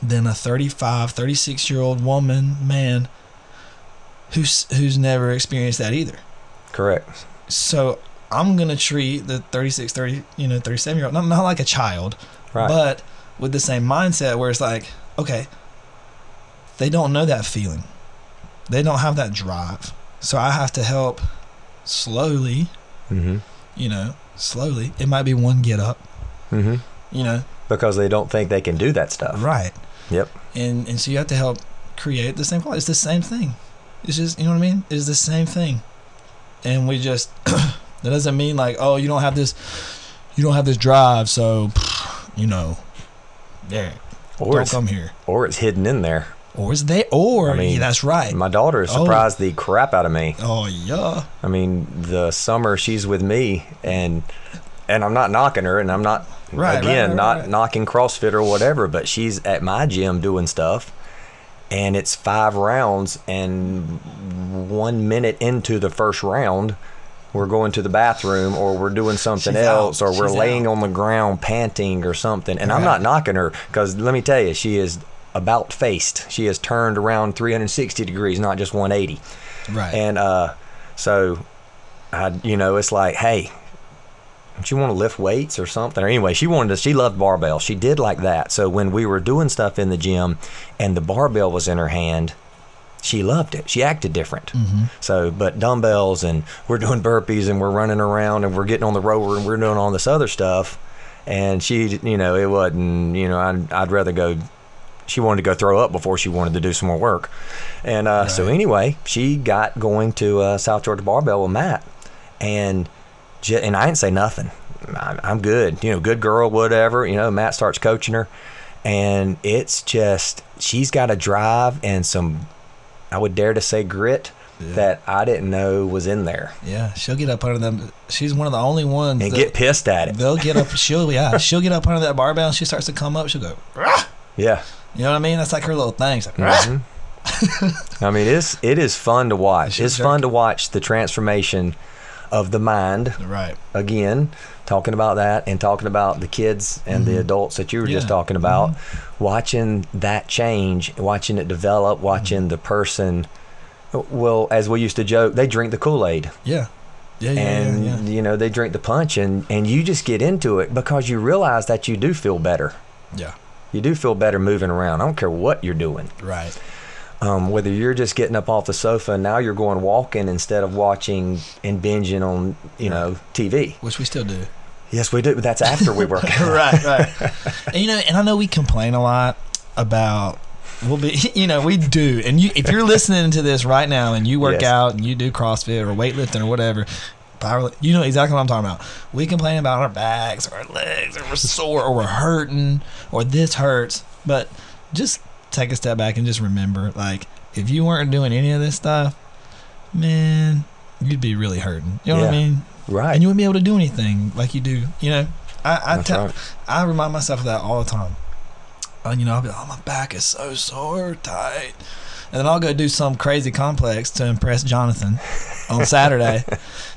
[SPEAKER 1] than a 35 36 year old woman man who's who's never experienced that either
[SPEAKER 2] Correct.
[SPEAKER 1] so i'm gonna treat the 36 30 you know 37 year old not, not like a child
[SPEAKER 2] Right.
[SPEAKER 1] but with the same mindset where it's like, okay, they don't know that feeling. They don't have that drive. So I have to help slowly,
[SPEAKER 2] hmm
[SPEAKER 1] you know, slowly. It might be one get up,
[SPEAKER 2] hmm
[SPEAKER 1] you know.
[SPEAKER 2] Because they don't think they can do that stuff.
[SPEAKER 1] Right.
[SPEAKER 2] Yep.
[SPEAKER 1] And and so you have to help create the same quality. It's the same thing. It's just you know what I mean? It's the same thing. And we just that doesn't mean like, oh, you don't have this you don't have this drive, so you know. Yeah.
[SPEAKER 2] Or
[SPEAKER 1] don't
[SPEAKER 2] it's,
[SPEAKER 1] come here.
[SPEAKER 2] or it's hidden in there.
[SPEAKER 1] Or is they or
[SPEAKER 2] I mean,
[SPEAKER 1] yeah, that's right.
[SPEAKER 2] My daughter
[SPEAKER 1] Oh.
[SPEAKER 2] surprised the crap out of me.
[SPEAKER 1] oh yeah.
[SPEAKER 2] I mean, the summer she's with me, and and I'm not knocking her, and I'm not
[SPEAKER 1] Right, right,
[SPEAKER 2] again
[SPEAKER 1] right,
[SPEAKER 2] not
[SPEAKER 1] right, right.
[SPEAKER 2] knocking CrossFit or whatever, but she's at my gym doing stuff, and it's five rounds, and one minute into the first round. We're going to the bathroom, or we're doing something
[SPEAKER 1] She's out.
[SPEAKER 2] else, or we're
[SPEAKER 1] She's
[SPEAKER 2] laying on the ground panting or something. And I'm
[SPEAKER 1] Right.
[SPEAKER 2] not knocking her because let me tell you, she is about faced. She is turned around 360 degrees, not just 180.
[SPEAKER 1] Right.
[SPEAKER 2] And uh, so, I you know, it's like, hey, don't you want to lift weights or something? Or anyway, she wanted to. She loved barbell. She did like that. So when we were doing stuff in the gym, and the barbell was in her hand. She loved it. She acted different. So, but dumbbells and we're doing burpees and we're running around and we're getting on the rower and we're doing all this other stuff. And she, you know, it wasn't, you know, I'd, I'd rather go she wanted to go throw up before she wanted to do some more work. And uh, so
[SPEAKER 1] Right.
[SPEAKER 2] anyway, she got going to uh, South Georgia Barbell with Matt, and j- and I didn't say nothing. I'm, I'm good, you know, good girl, whatever. You know, Matt starts coaching her, and it's just she's got a drive and some, I would dare to say, grit
[SPEAKER 1] Yeah.
[SPEAKER 2] that I didn't know was in there,
[SPEAKER 1] yeah, she'll get up under them. She's one of the only ones.
[SPEAKER 2] and
[SPEAKER 1] that-
[SPEAKER 2] get pissed at it.
[SPEAKER 1] they'll get up. She'll yeah. She'll get up under that barbell. and She starts to come up. She'll go. "Rah!"
[SPEAKER 2] Yeah.
[SPEAKER 1] You know what I mean? That's like her little thing. It's like, "Rah!"
[SPEAKER 2] Mhm. Mm-hmm. I mean, it's it is fun to watch.
[SPEAKER 1] She's
[SPEAKER 2] It's fun to watch the transformation of the mind.
[SPEAKER 1] Right.
[SPEAKER 2] Again, talking about that and talking about the kids and the adults that you were just
[SPEAKER 1] Mm-hmm. Yeah. Mm-hmm.
[SPEAKER 2] talking about, watching that change, watching it develop, watching
[SPEAKER 1] Mm-hmm.
[SPEAKER 2] the person. Well, as we used to joke, they drink the Kool Aid
[SPEAKER 1] Yeah. Yeah. Yeah.
[SPEAKER 2] and
[SPEAKER 1] yeah, yeah.
[SPEAKER 2] you know they drink the punch, and and you just get into it because you realize that you do feel better.
[SPEAKER 1] Yeah.
[SPEAKER 2] You do feel better moving around. I don't care what you're doing
[SPEAKER 1] Right.
[SPEAKER 2] um, whether you're just getting up off the sofa and now you're going walking instead of watching and binging on you know TV.
[SPEAKER 1] Which we still do.
[SPEAKER 2] Yes, we do, but that's after we work out.
[SPEAKER 1] right. Right. and, you know, and I know we complain a lot about We'll be, you know, we do. And you, if you're listening to this right now and you work
[SPEAKER 2] Yes.
[SPEAKER 1] out and you do CrossFit or weightlifting or whatever, power, you know exactly what I'm talking about. We complain about our backs or our legs or we're sore or we're hurting or this hurts. But just take a step back and just remember like, if you weren't doing any of this stuff, man, you'd be really hurting. You know what I
[SPEAKER 2] Yeah.
[SPEAKER 1] mean?
[SPEAKER 2] Right.
[SPEAKER 1] And you wouldn't be able to do anything like you do. You know, I, I
[SPEAKER 2] That's
[SPEAKER 1] tell,
[SPEAKER 2] right.
[SPEAKER 1] I remind myself of that all the time. And you know, I'll be like, oh, my back is so sore, tight. And then I'll go do some crazy complex to impress Jonathan on Saturday,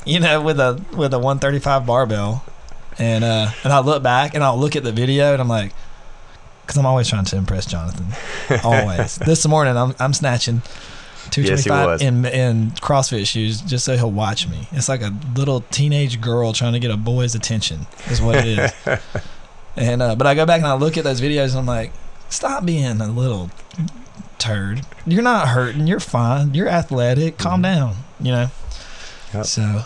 [SPEAKER 1] you know, with a with a 135 barbell. And uh, and I look back and I'll look at the video and I'm like, because I'm always trying to impress Jonathan, always. this morning I'm I'm snatching
[SPEAKER 2] Yes, he
[SPEAKER 1] 225
[SPEAKER 2] was.
[SPEAKER 1] in in CrossFit shoes just so he'll watch me. It's like a little teenage girl trying to get a boy's attention is what it is. And uh, but I go back and I look at those videos and I'm like, stop being a little turd. You're not hurting. You're fine. You're athletic. Calm
[SPEAKER 2] Mhm.
[SPEAKER 1] down. You know.
[SPEAKER 2] Yep.
[SPEAKER 1] So,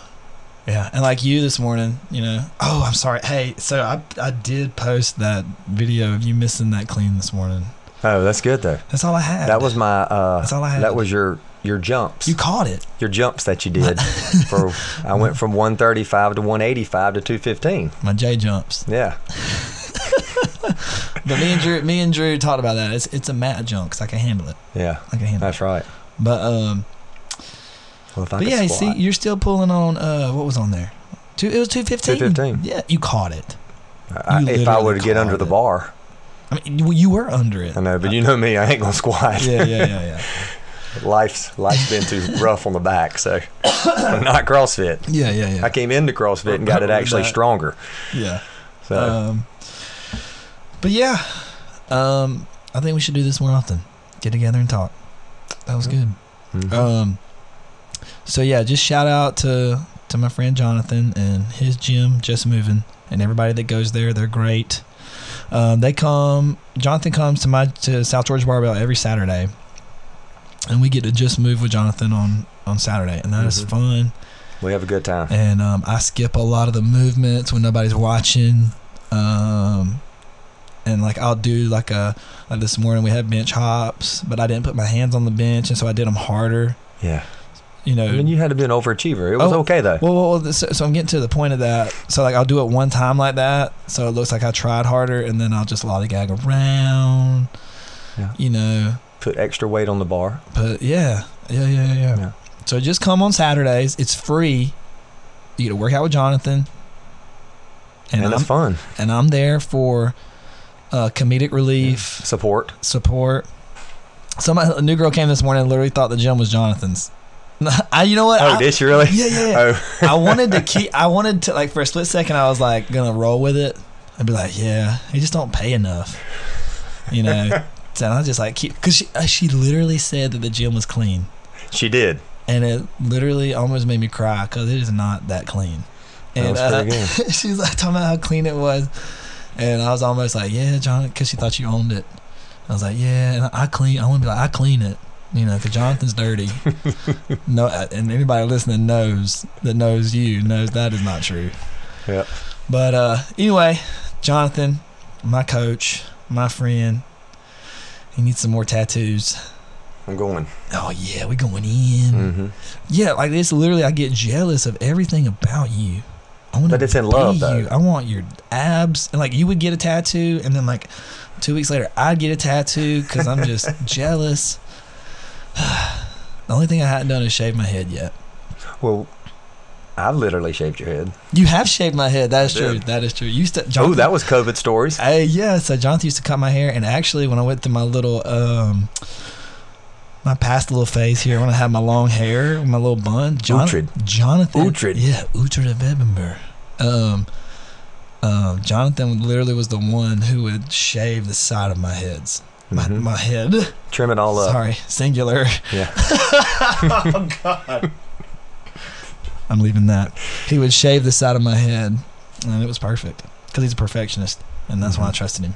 [SPEAKER 1] yeah, and like you this morning, you know. Oh, I'm sorry. Hey, so I I did post that video of you missing that clean this morning.
[SPEAKER 2] Oh, that's good though.
[SPEAKER 1] That's all I had.
[SPEAKER 2] That was my. Uh,
[SPEAKER 1] That's all I had.
[SPEAKER 2] That was your your jumps.
[SPEAKER 1] you caught it.
[SPEAKER 2] your jumps that you did. for I went from 135 to 185 to 215.
[SPEAKER 1] My J jumps.
[SPEAKER 2] Yeah.
[SPEAKER 1] But me and Drew, me and Drew talked about that. It's it's a mat jump 'cause I can handle it.
[SPEAKER 2] Yeah.
[SPEAKER 1] I can handle it.
[SPEAKER 2] That's right.
[SPEAKER 1] But um,
[SPEAKER 2] Well, if
[SPEAKER 1] but
[SPEAKER 2] I could
[SPEAKER 1] yeah, see,
[SPEAKER 2] Uh, squat.
[SPEAKER 1] you're still pulling on uh, what was on there? Two, it was two fifteen.
[SPEAKER 2] 215.
[SPEAKER 1] Yeah, you caught it.
[SPEAKER 2] I,
[SPEAKER 1] you
[SPEAKER 2] if I
[SPEAKER 1] literally
[SPEAKER 2] were to get under the
[SPEAKER 1] caught
[SPEAKER 2] bar,
[SPEAKER 1] I mean, you, you were under it.
[SPEAKER 2] I know. But you know me, I ain't gonna squat.
[SPEAKER 1] yeah, yeah, yeah, yeah.
[SPEAKER 2] Life's life's been too rough on the back, so I'm not CrossFit.
[SPEAKER 1] Yeah, yeah, yeah.
[SPEAKER 2] I came into CrossFit and got it
[SPEAKER 1] Remember
[SPEAKER 2] actually
[SPEAKER 1] that.
[SPEAKER 2] stronger.
[SPEAKER 1] yeah.
[SPEAKER 2] So
[SPEAKER 1] Um, but yeah, um, I think we should do this more often. Get together and talk. That was good.
[SPEAKER 2] mhm.
[SPEAKER 1] Um, so yeah, just shout out to to my friend Jonathan and his gym, just moving, and everybody that goes there. They're great. Um, they come. Jonathan comes to my to South Georgia Barbell every Saturday, and we get to just move with Jonathan on on Saturday, and that is
[SPEAKER 2] Mhm.
[SPEAKER 1] fun.
[SPEAKER 2] we have a good time.
[SPEAKER 1] And um, I skip a lot of the movements when nobody's watching. Um, and like I'll do like a like this morning we had bench hops, but I didn't put my hands on the bench, and so I did them harder.
[SPEAKER 2] Yeah.
[SPEAKER 1] You know.
[SPEAKER 2] I mean, you had to be an overachiever. It was
[SPEAKER 1] Oh,
[SPEAKER 2] okay though.
[SPEAKER 1] well, well, well, so, so I'm getting to the point of that. So like I'll do it one time like that, so it looks like I tried harder, and then I'll just lollygag around.
[SPEAKER 2] Yeah.
[SPEAKER 1] You know.
[SPEAKER 2] Put extra weight on the bar.
[SPEAKER 1] But yeah, yeah, yeah, yeah.
[SPEAKER 2] Yeah.
[SPEAKER 1] So just come on Saturdays. It's free. You get to work out with Jonathan.
[SPEAKER 2] And,
[SPEAKER 1] I'm,
[SPEAKER 2] it's fun.
[SPEAKER 1] and I'm there for uh, comedic relief,
[SPEAKER 2] Support.
[SPEAKER 1] support. Somebody, a new girl came this morning and literally thought the gym was Jonathan's. I, you know what?
[SPEAKER 2] Oh,
[SPEAKER 1] I,
[SPEAKER 2] did you really?
[SPEAKER 1] Uh, yeah, yeah. yeah.
[SPEAKER 2] Oh,
[SPEAKER 1] I wanted to keep. I wanted to like for a split second. I was like gonna roll with it. I'd be like, yeah, they just don't pay enough, you know. so I just like keep because she uh, she literally said that the gym was clean,
[SPEAKER 2] she did.
[SPEAKER 1] and it literally almost made me cry because it is not that clean.
[SPEAKER 2] That
[SPEAKER 1] And
[SPEAKER 2] was
[SPEAKER 1] uh,
[SPEAKER 2] pretty good.
[SPEAKER 1] she's like talking about how clean it was, and I was almost like, "Yeah, John," because she thought you owned it. I was like, "Yeah," and I clean. I want to be like, "I clean it," you know, because Jonathan's dirty. no, and anybody listening knows that knows you knows that is not true.
[SPEAKER 2] Yep.
[SPEAKER 1] But uh, anyway, Jonathan, my coach, my friend, he needs some more tattoos.
[SPEAKER 2] I'm going.
[SPEAKER 1] Oh yeah, we going in.
[SPEAKER 2] hmm
[SPEAKER 1] Yeah, like this. Literally, I get jealous of everything about you. I want
[SPEAKER 2] But it's in love, though.
[SPEAKER 1] You. I want your abs, and like you would get a tattoo, and then like two weeks later, I'd get a tattoo because I'm just jealous. the only thing I hadn't done is shave my head yet.
[SPEAKER 2] Well, I've literally shaved your head.
[SPEAKER 1] You have shaved my head. That is
[SPEAKER 2] I
[SPEAKER 1] true.
[SPEAKER 2] did.
[SPEAKER 1] That is true. You st-
[SPEAKER 2] oh, that was COVID stories.
[SPEAKER 1] Hey, yeah. So Jonathan used to cut my hair, and actually, when I went through my little um, my past little phase here, when I had my long hair, my little bun, Jon-
[SPEAKER 2] Uhtred.
[SPEAKER 1] Jonathan,
[SPEAKER 2] Uhtred.
[SPEAKER 1] yeah, Uhtred of Edinburgh. Um, um, Jonathan literally was the one who would shave the side of my heads, my,
[SPEAKER 2] Mhm.
[SPEAKER 1] my head.
[SPEAKER 2] Trim it all up.
[SPEAKER 1] Sorry, singular.
[SPEAKER 2] Yeah.
[SPEAKER 1] oh God. I'm leaving that. He would shave the side of my head, and it was perfect because he's a perfectionist, and that's why I
[SPEAKER 2] Mhm.
[SPEAKER 1] trusted him.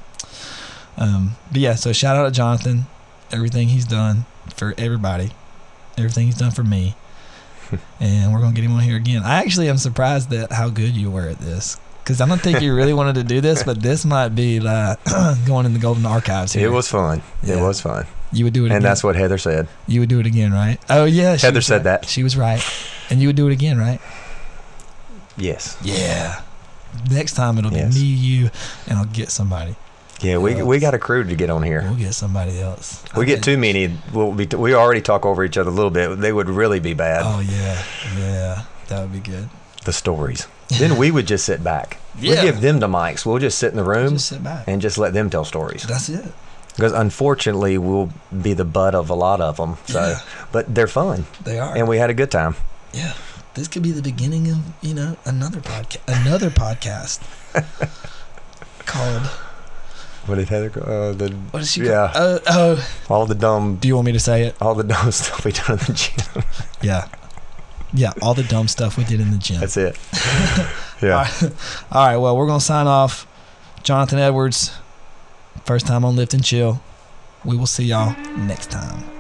[SPEAKER 1] Um, but yeah, so shout out to Jonathan, everything he's done for everybody, everything he's done for me, and we're gonna get him on here again. I actually am surprised that how good you were at this. Cause I don't think you really wanted to do this, but this might be like going in the golden archives here.
[SPEAKER 2] It was fun.
[SPEAKER 1] Yeah.
[SPEAKER 2] It was fun.
[SPEAKER 1] You would do it
[SPEAKER 2] And
[SPEAKER 1] again.
[SPEAKER 2] that's what Heather said.
[SPEAKER 1] you would do it again, right? Oh yeah, she
[SPEAKER 2] Heather
[SPEAKER 1] was
[SPEAKER 2] said
[SPEAKER 1] right.
[SPEAKER 2] that.
[SPEAKER 1] She was right. And you would do it again, right?
[SPEAKER 2] Yes.
[SPEAKER 1] Yeah. Next time it'll
[SPEAKER 2] Yes.
[SPEAKER 1] be me, you, and I'll get somebody.
[SPEAKER 2] Yeah, we, we got a crew to get on here.
[SPEAKER 1] We'll get somebody else.
[SPEAKER 2] We
[SPEAKER 1] I
[SPEAKER 2] get
[SPEAKER 1] think-
[SPEAKER 2] too many. We'll be we already talk over each other a little bit. They would really be bad.
[SPEAKER 1] Oh yeah, yeah. That would be good.
[SPEAKER 2] The stories. Then we would just sit back. We give them the mics. We'll just sit in the room
[SPEAKER 1] Just sit back.
[SPEAKER 2] and just let them tell stories.
[SPEAKER 1] That's it.
[SPEAKER 2] Because unfortunately, we'll be the butt of a lot of them. So,
[SPEAKER 1] Yeah.
[SPEAKER 2] but they're fun,
[SPEAKER 1] They are.
[SPEAKER 2] and we had a good time.
[SPEAKER 1] yeah. This could be the beginning of you know another podcast. Another podcast called
[SPEAKER 2] What did Heather? Uh, the
[SPEAKER 1] what is she?
[SPEAKER 2] Yeah.
[SPEAKER 1] Called? Oh, oh.
[SPEAKER 2] all the dumb,
[SPEAKER 1] Do you want me to say it?
[SPEAKER 2] all the dumb stuff we done in the gym.
[SPEAKER 1] Yeah. Yeah. All the dumb stuff we did in the gym.
[SPEAKER 2] That's it. Yeah.
[SPEAKER 1] All right. All right. Well, we're going to sign off. Jonathan Edwards, first time on Lift and Chill. We will see y'all next time.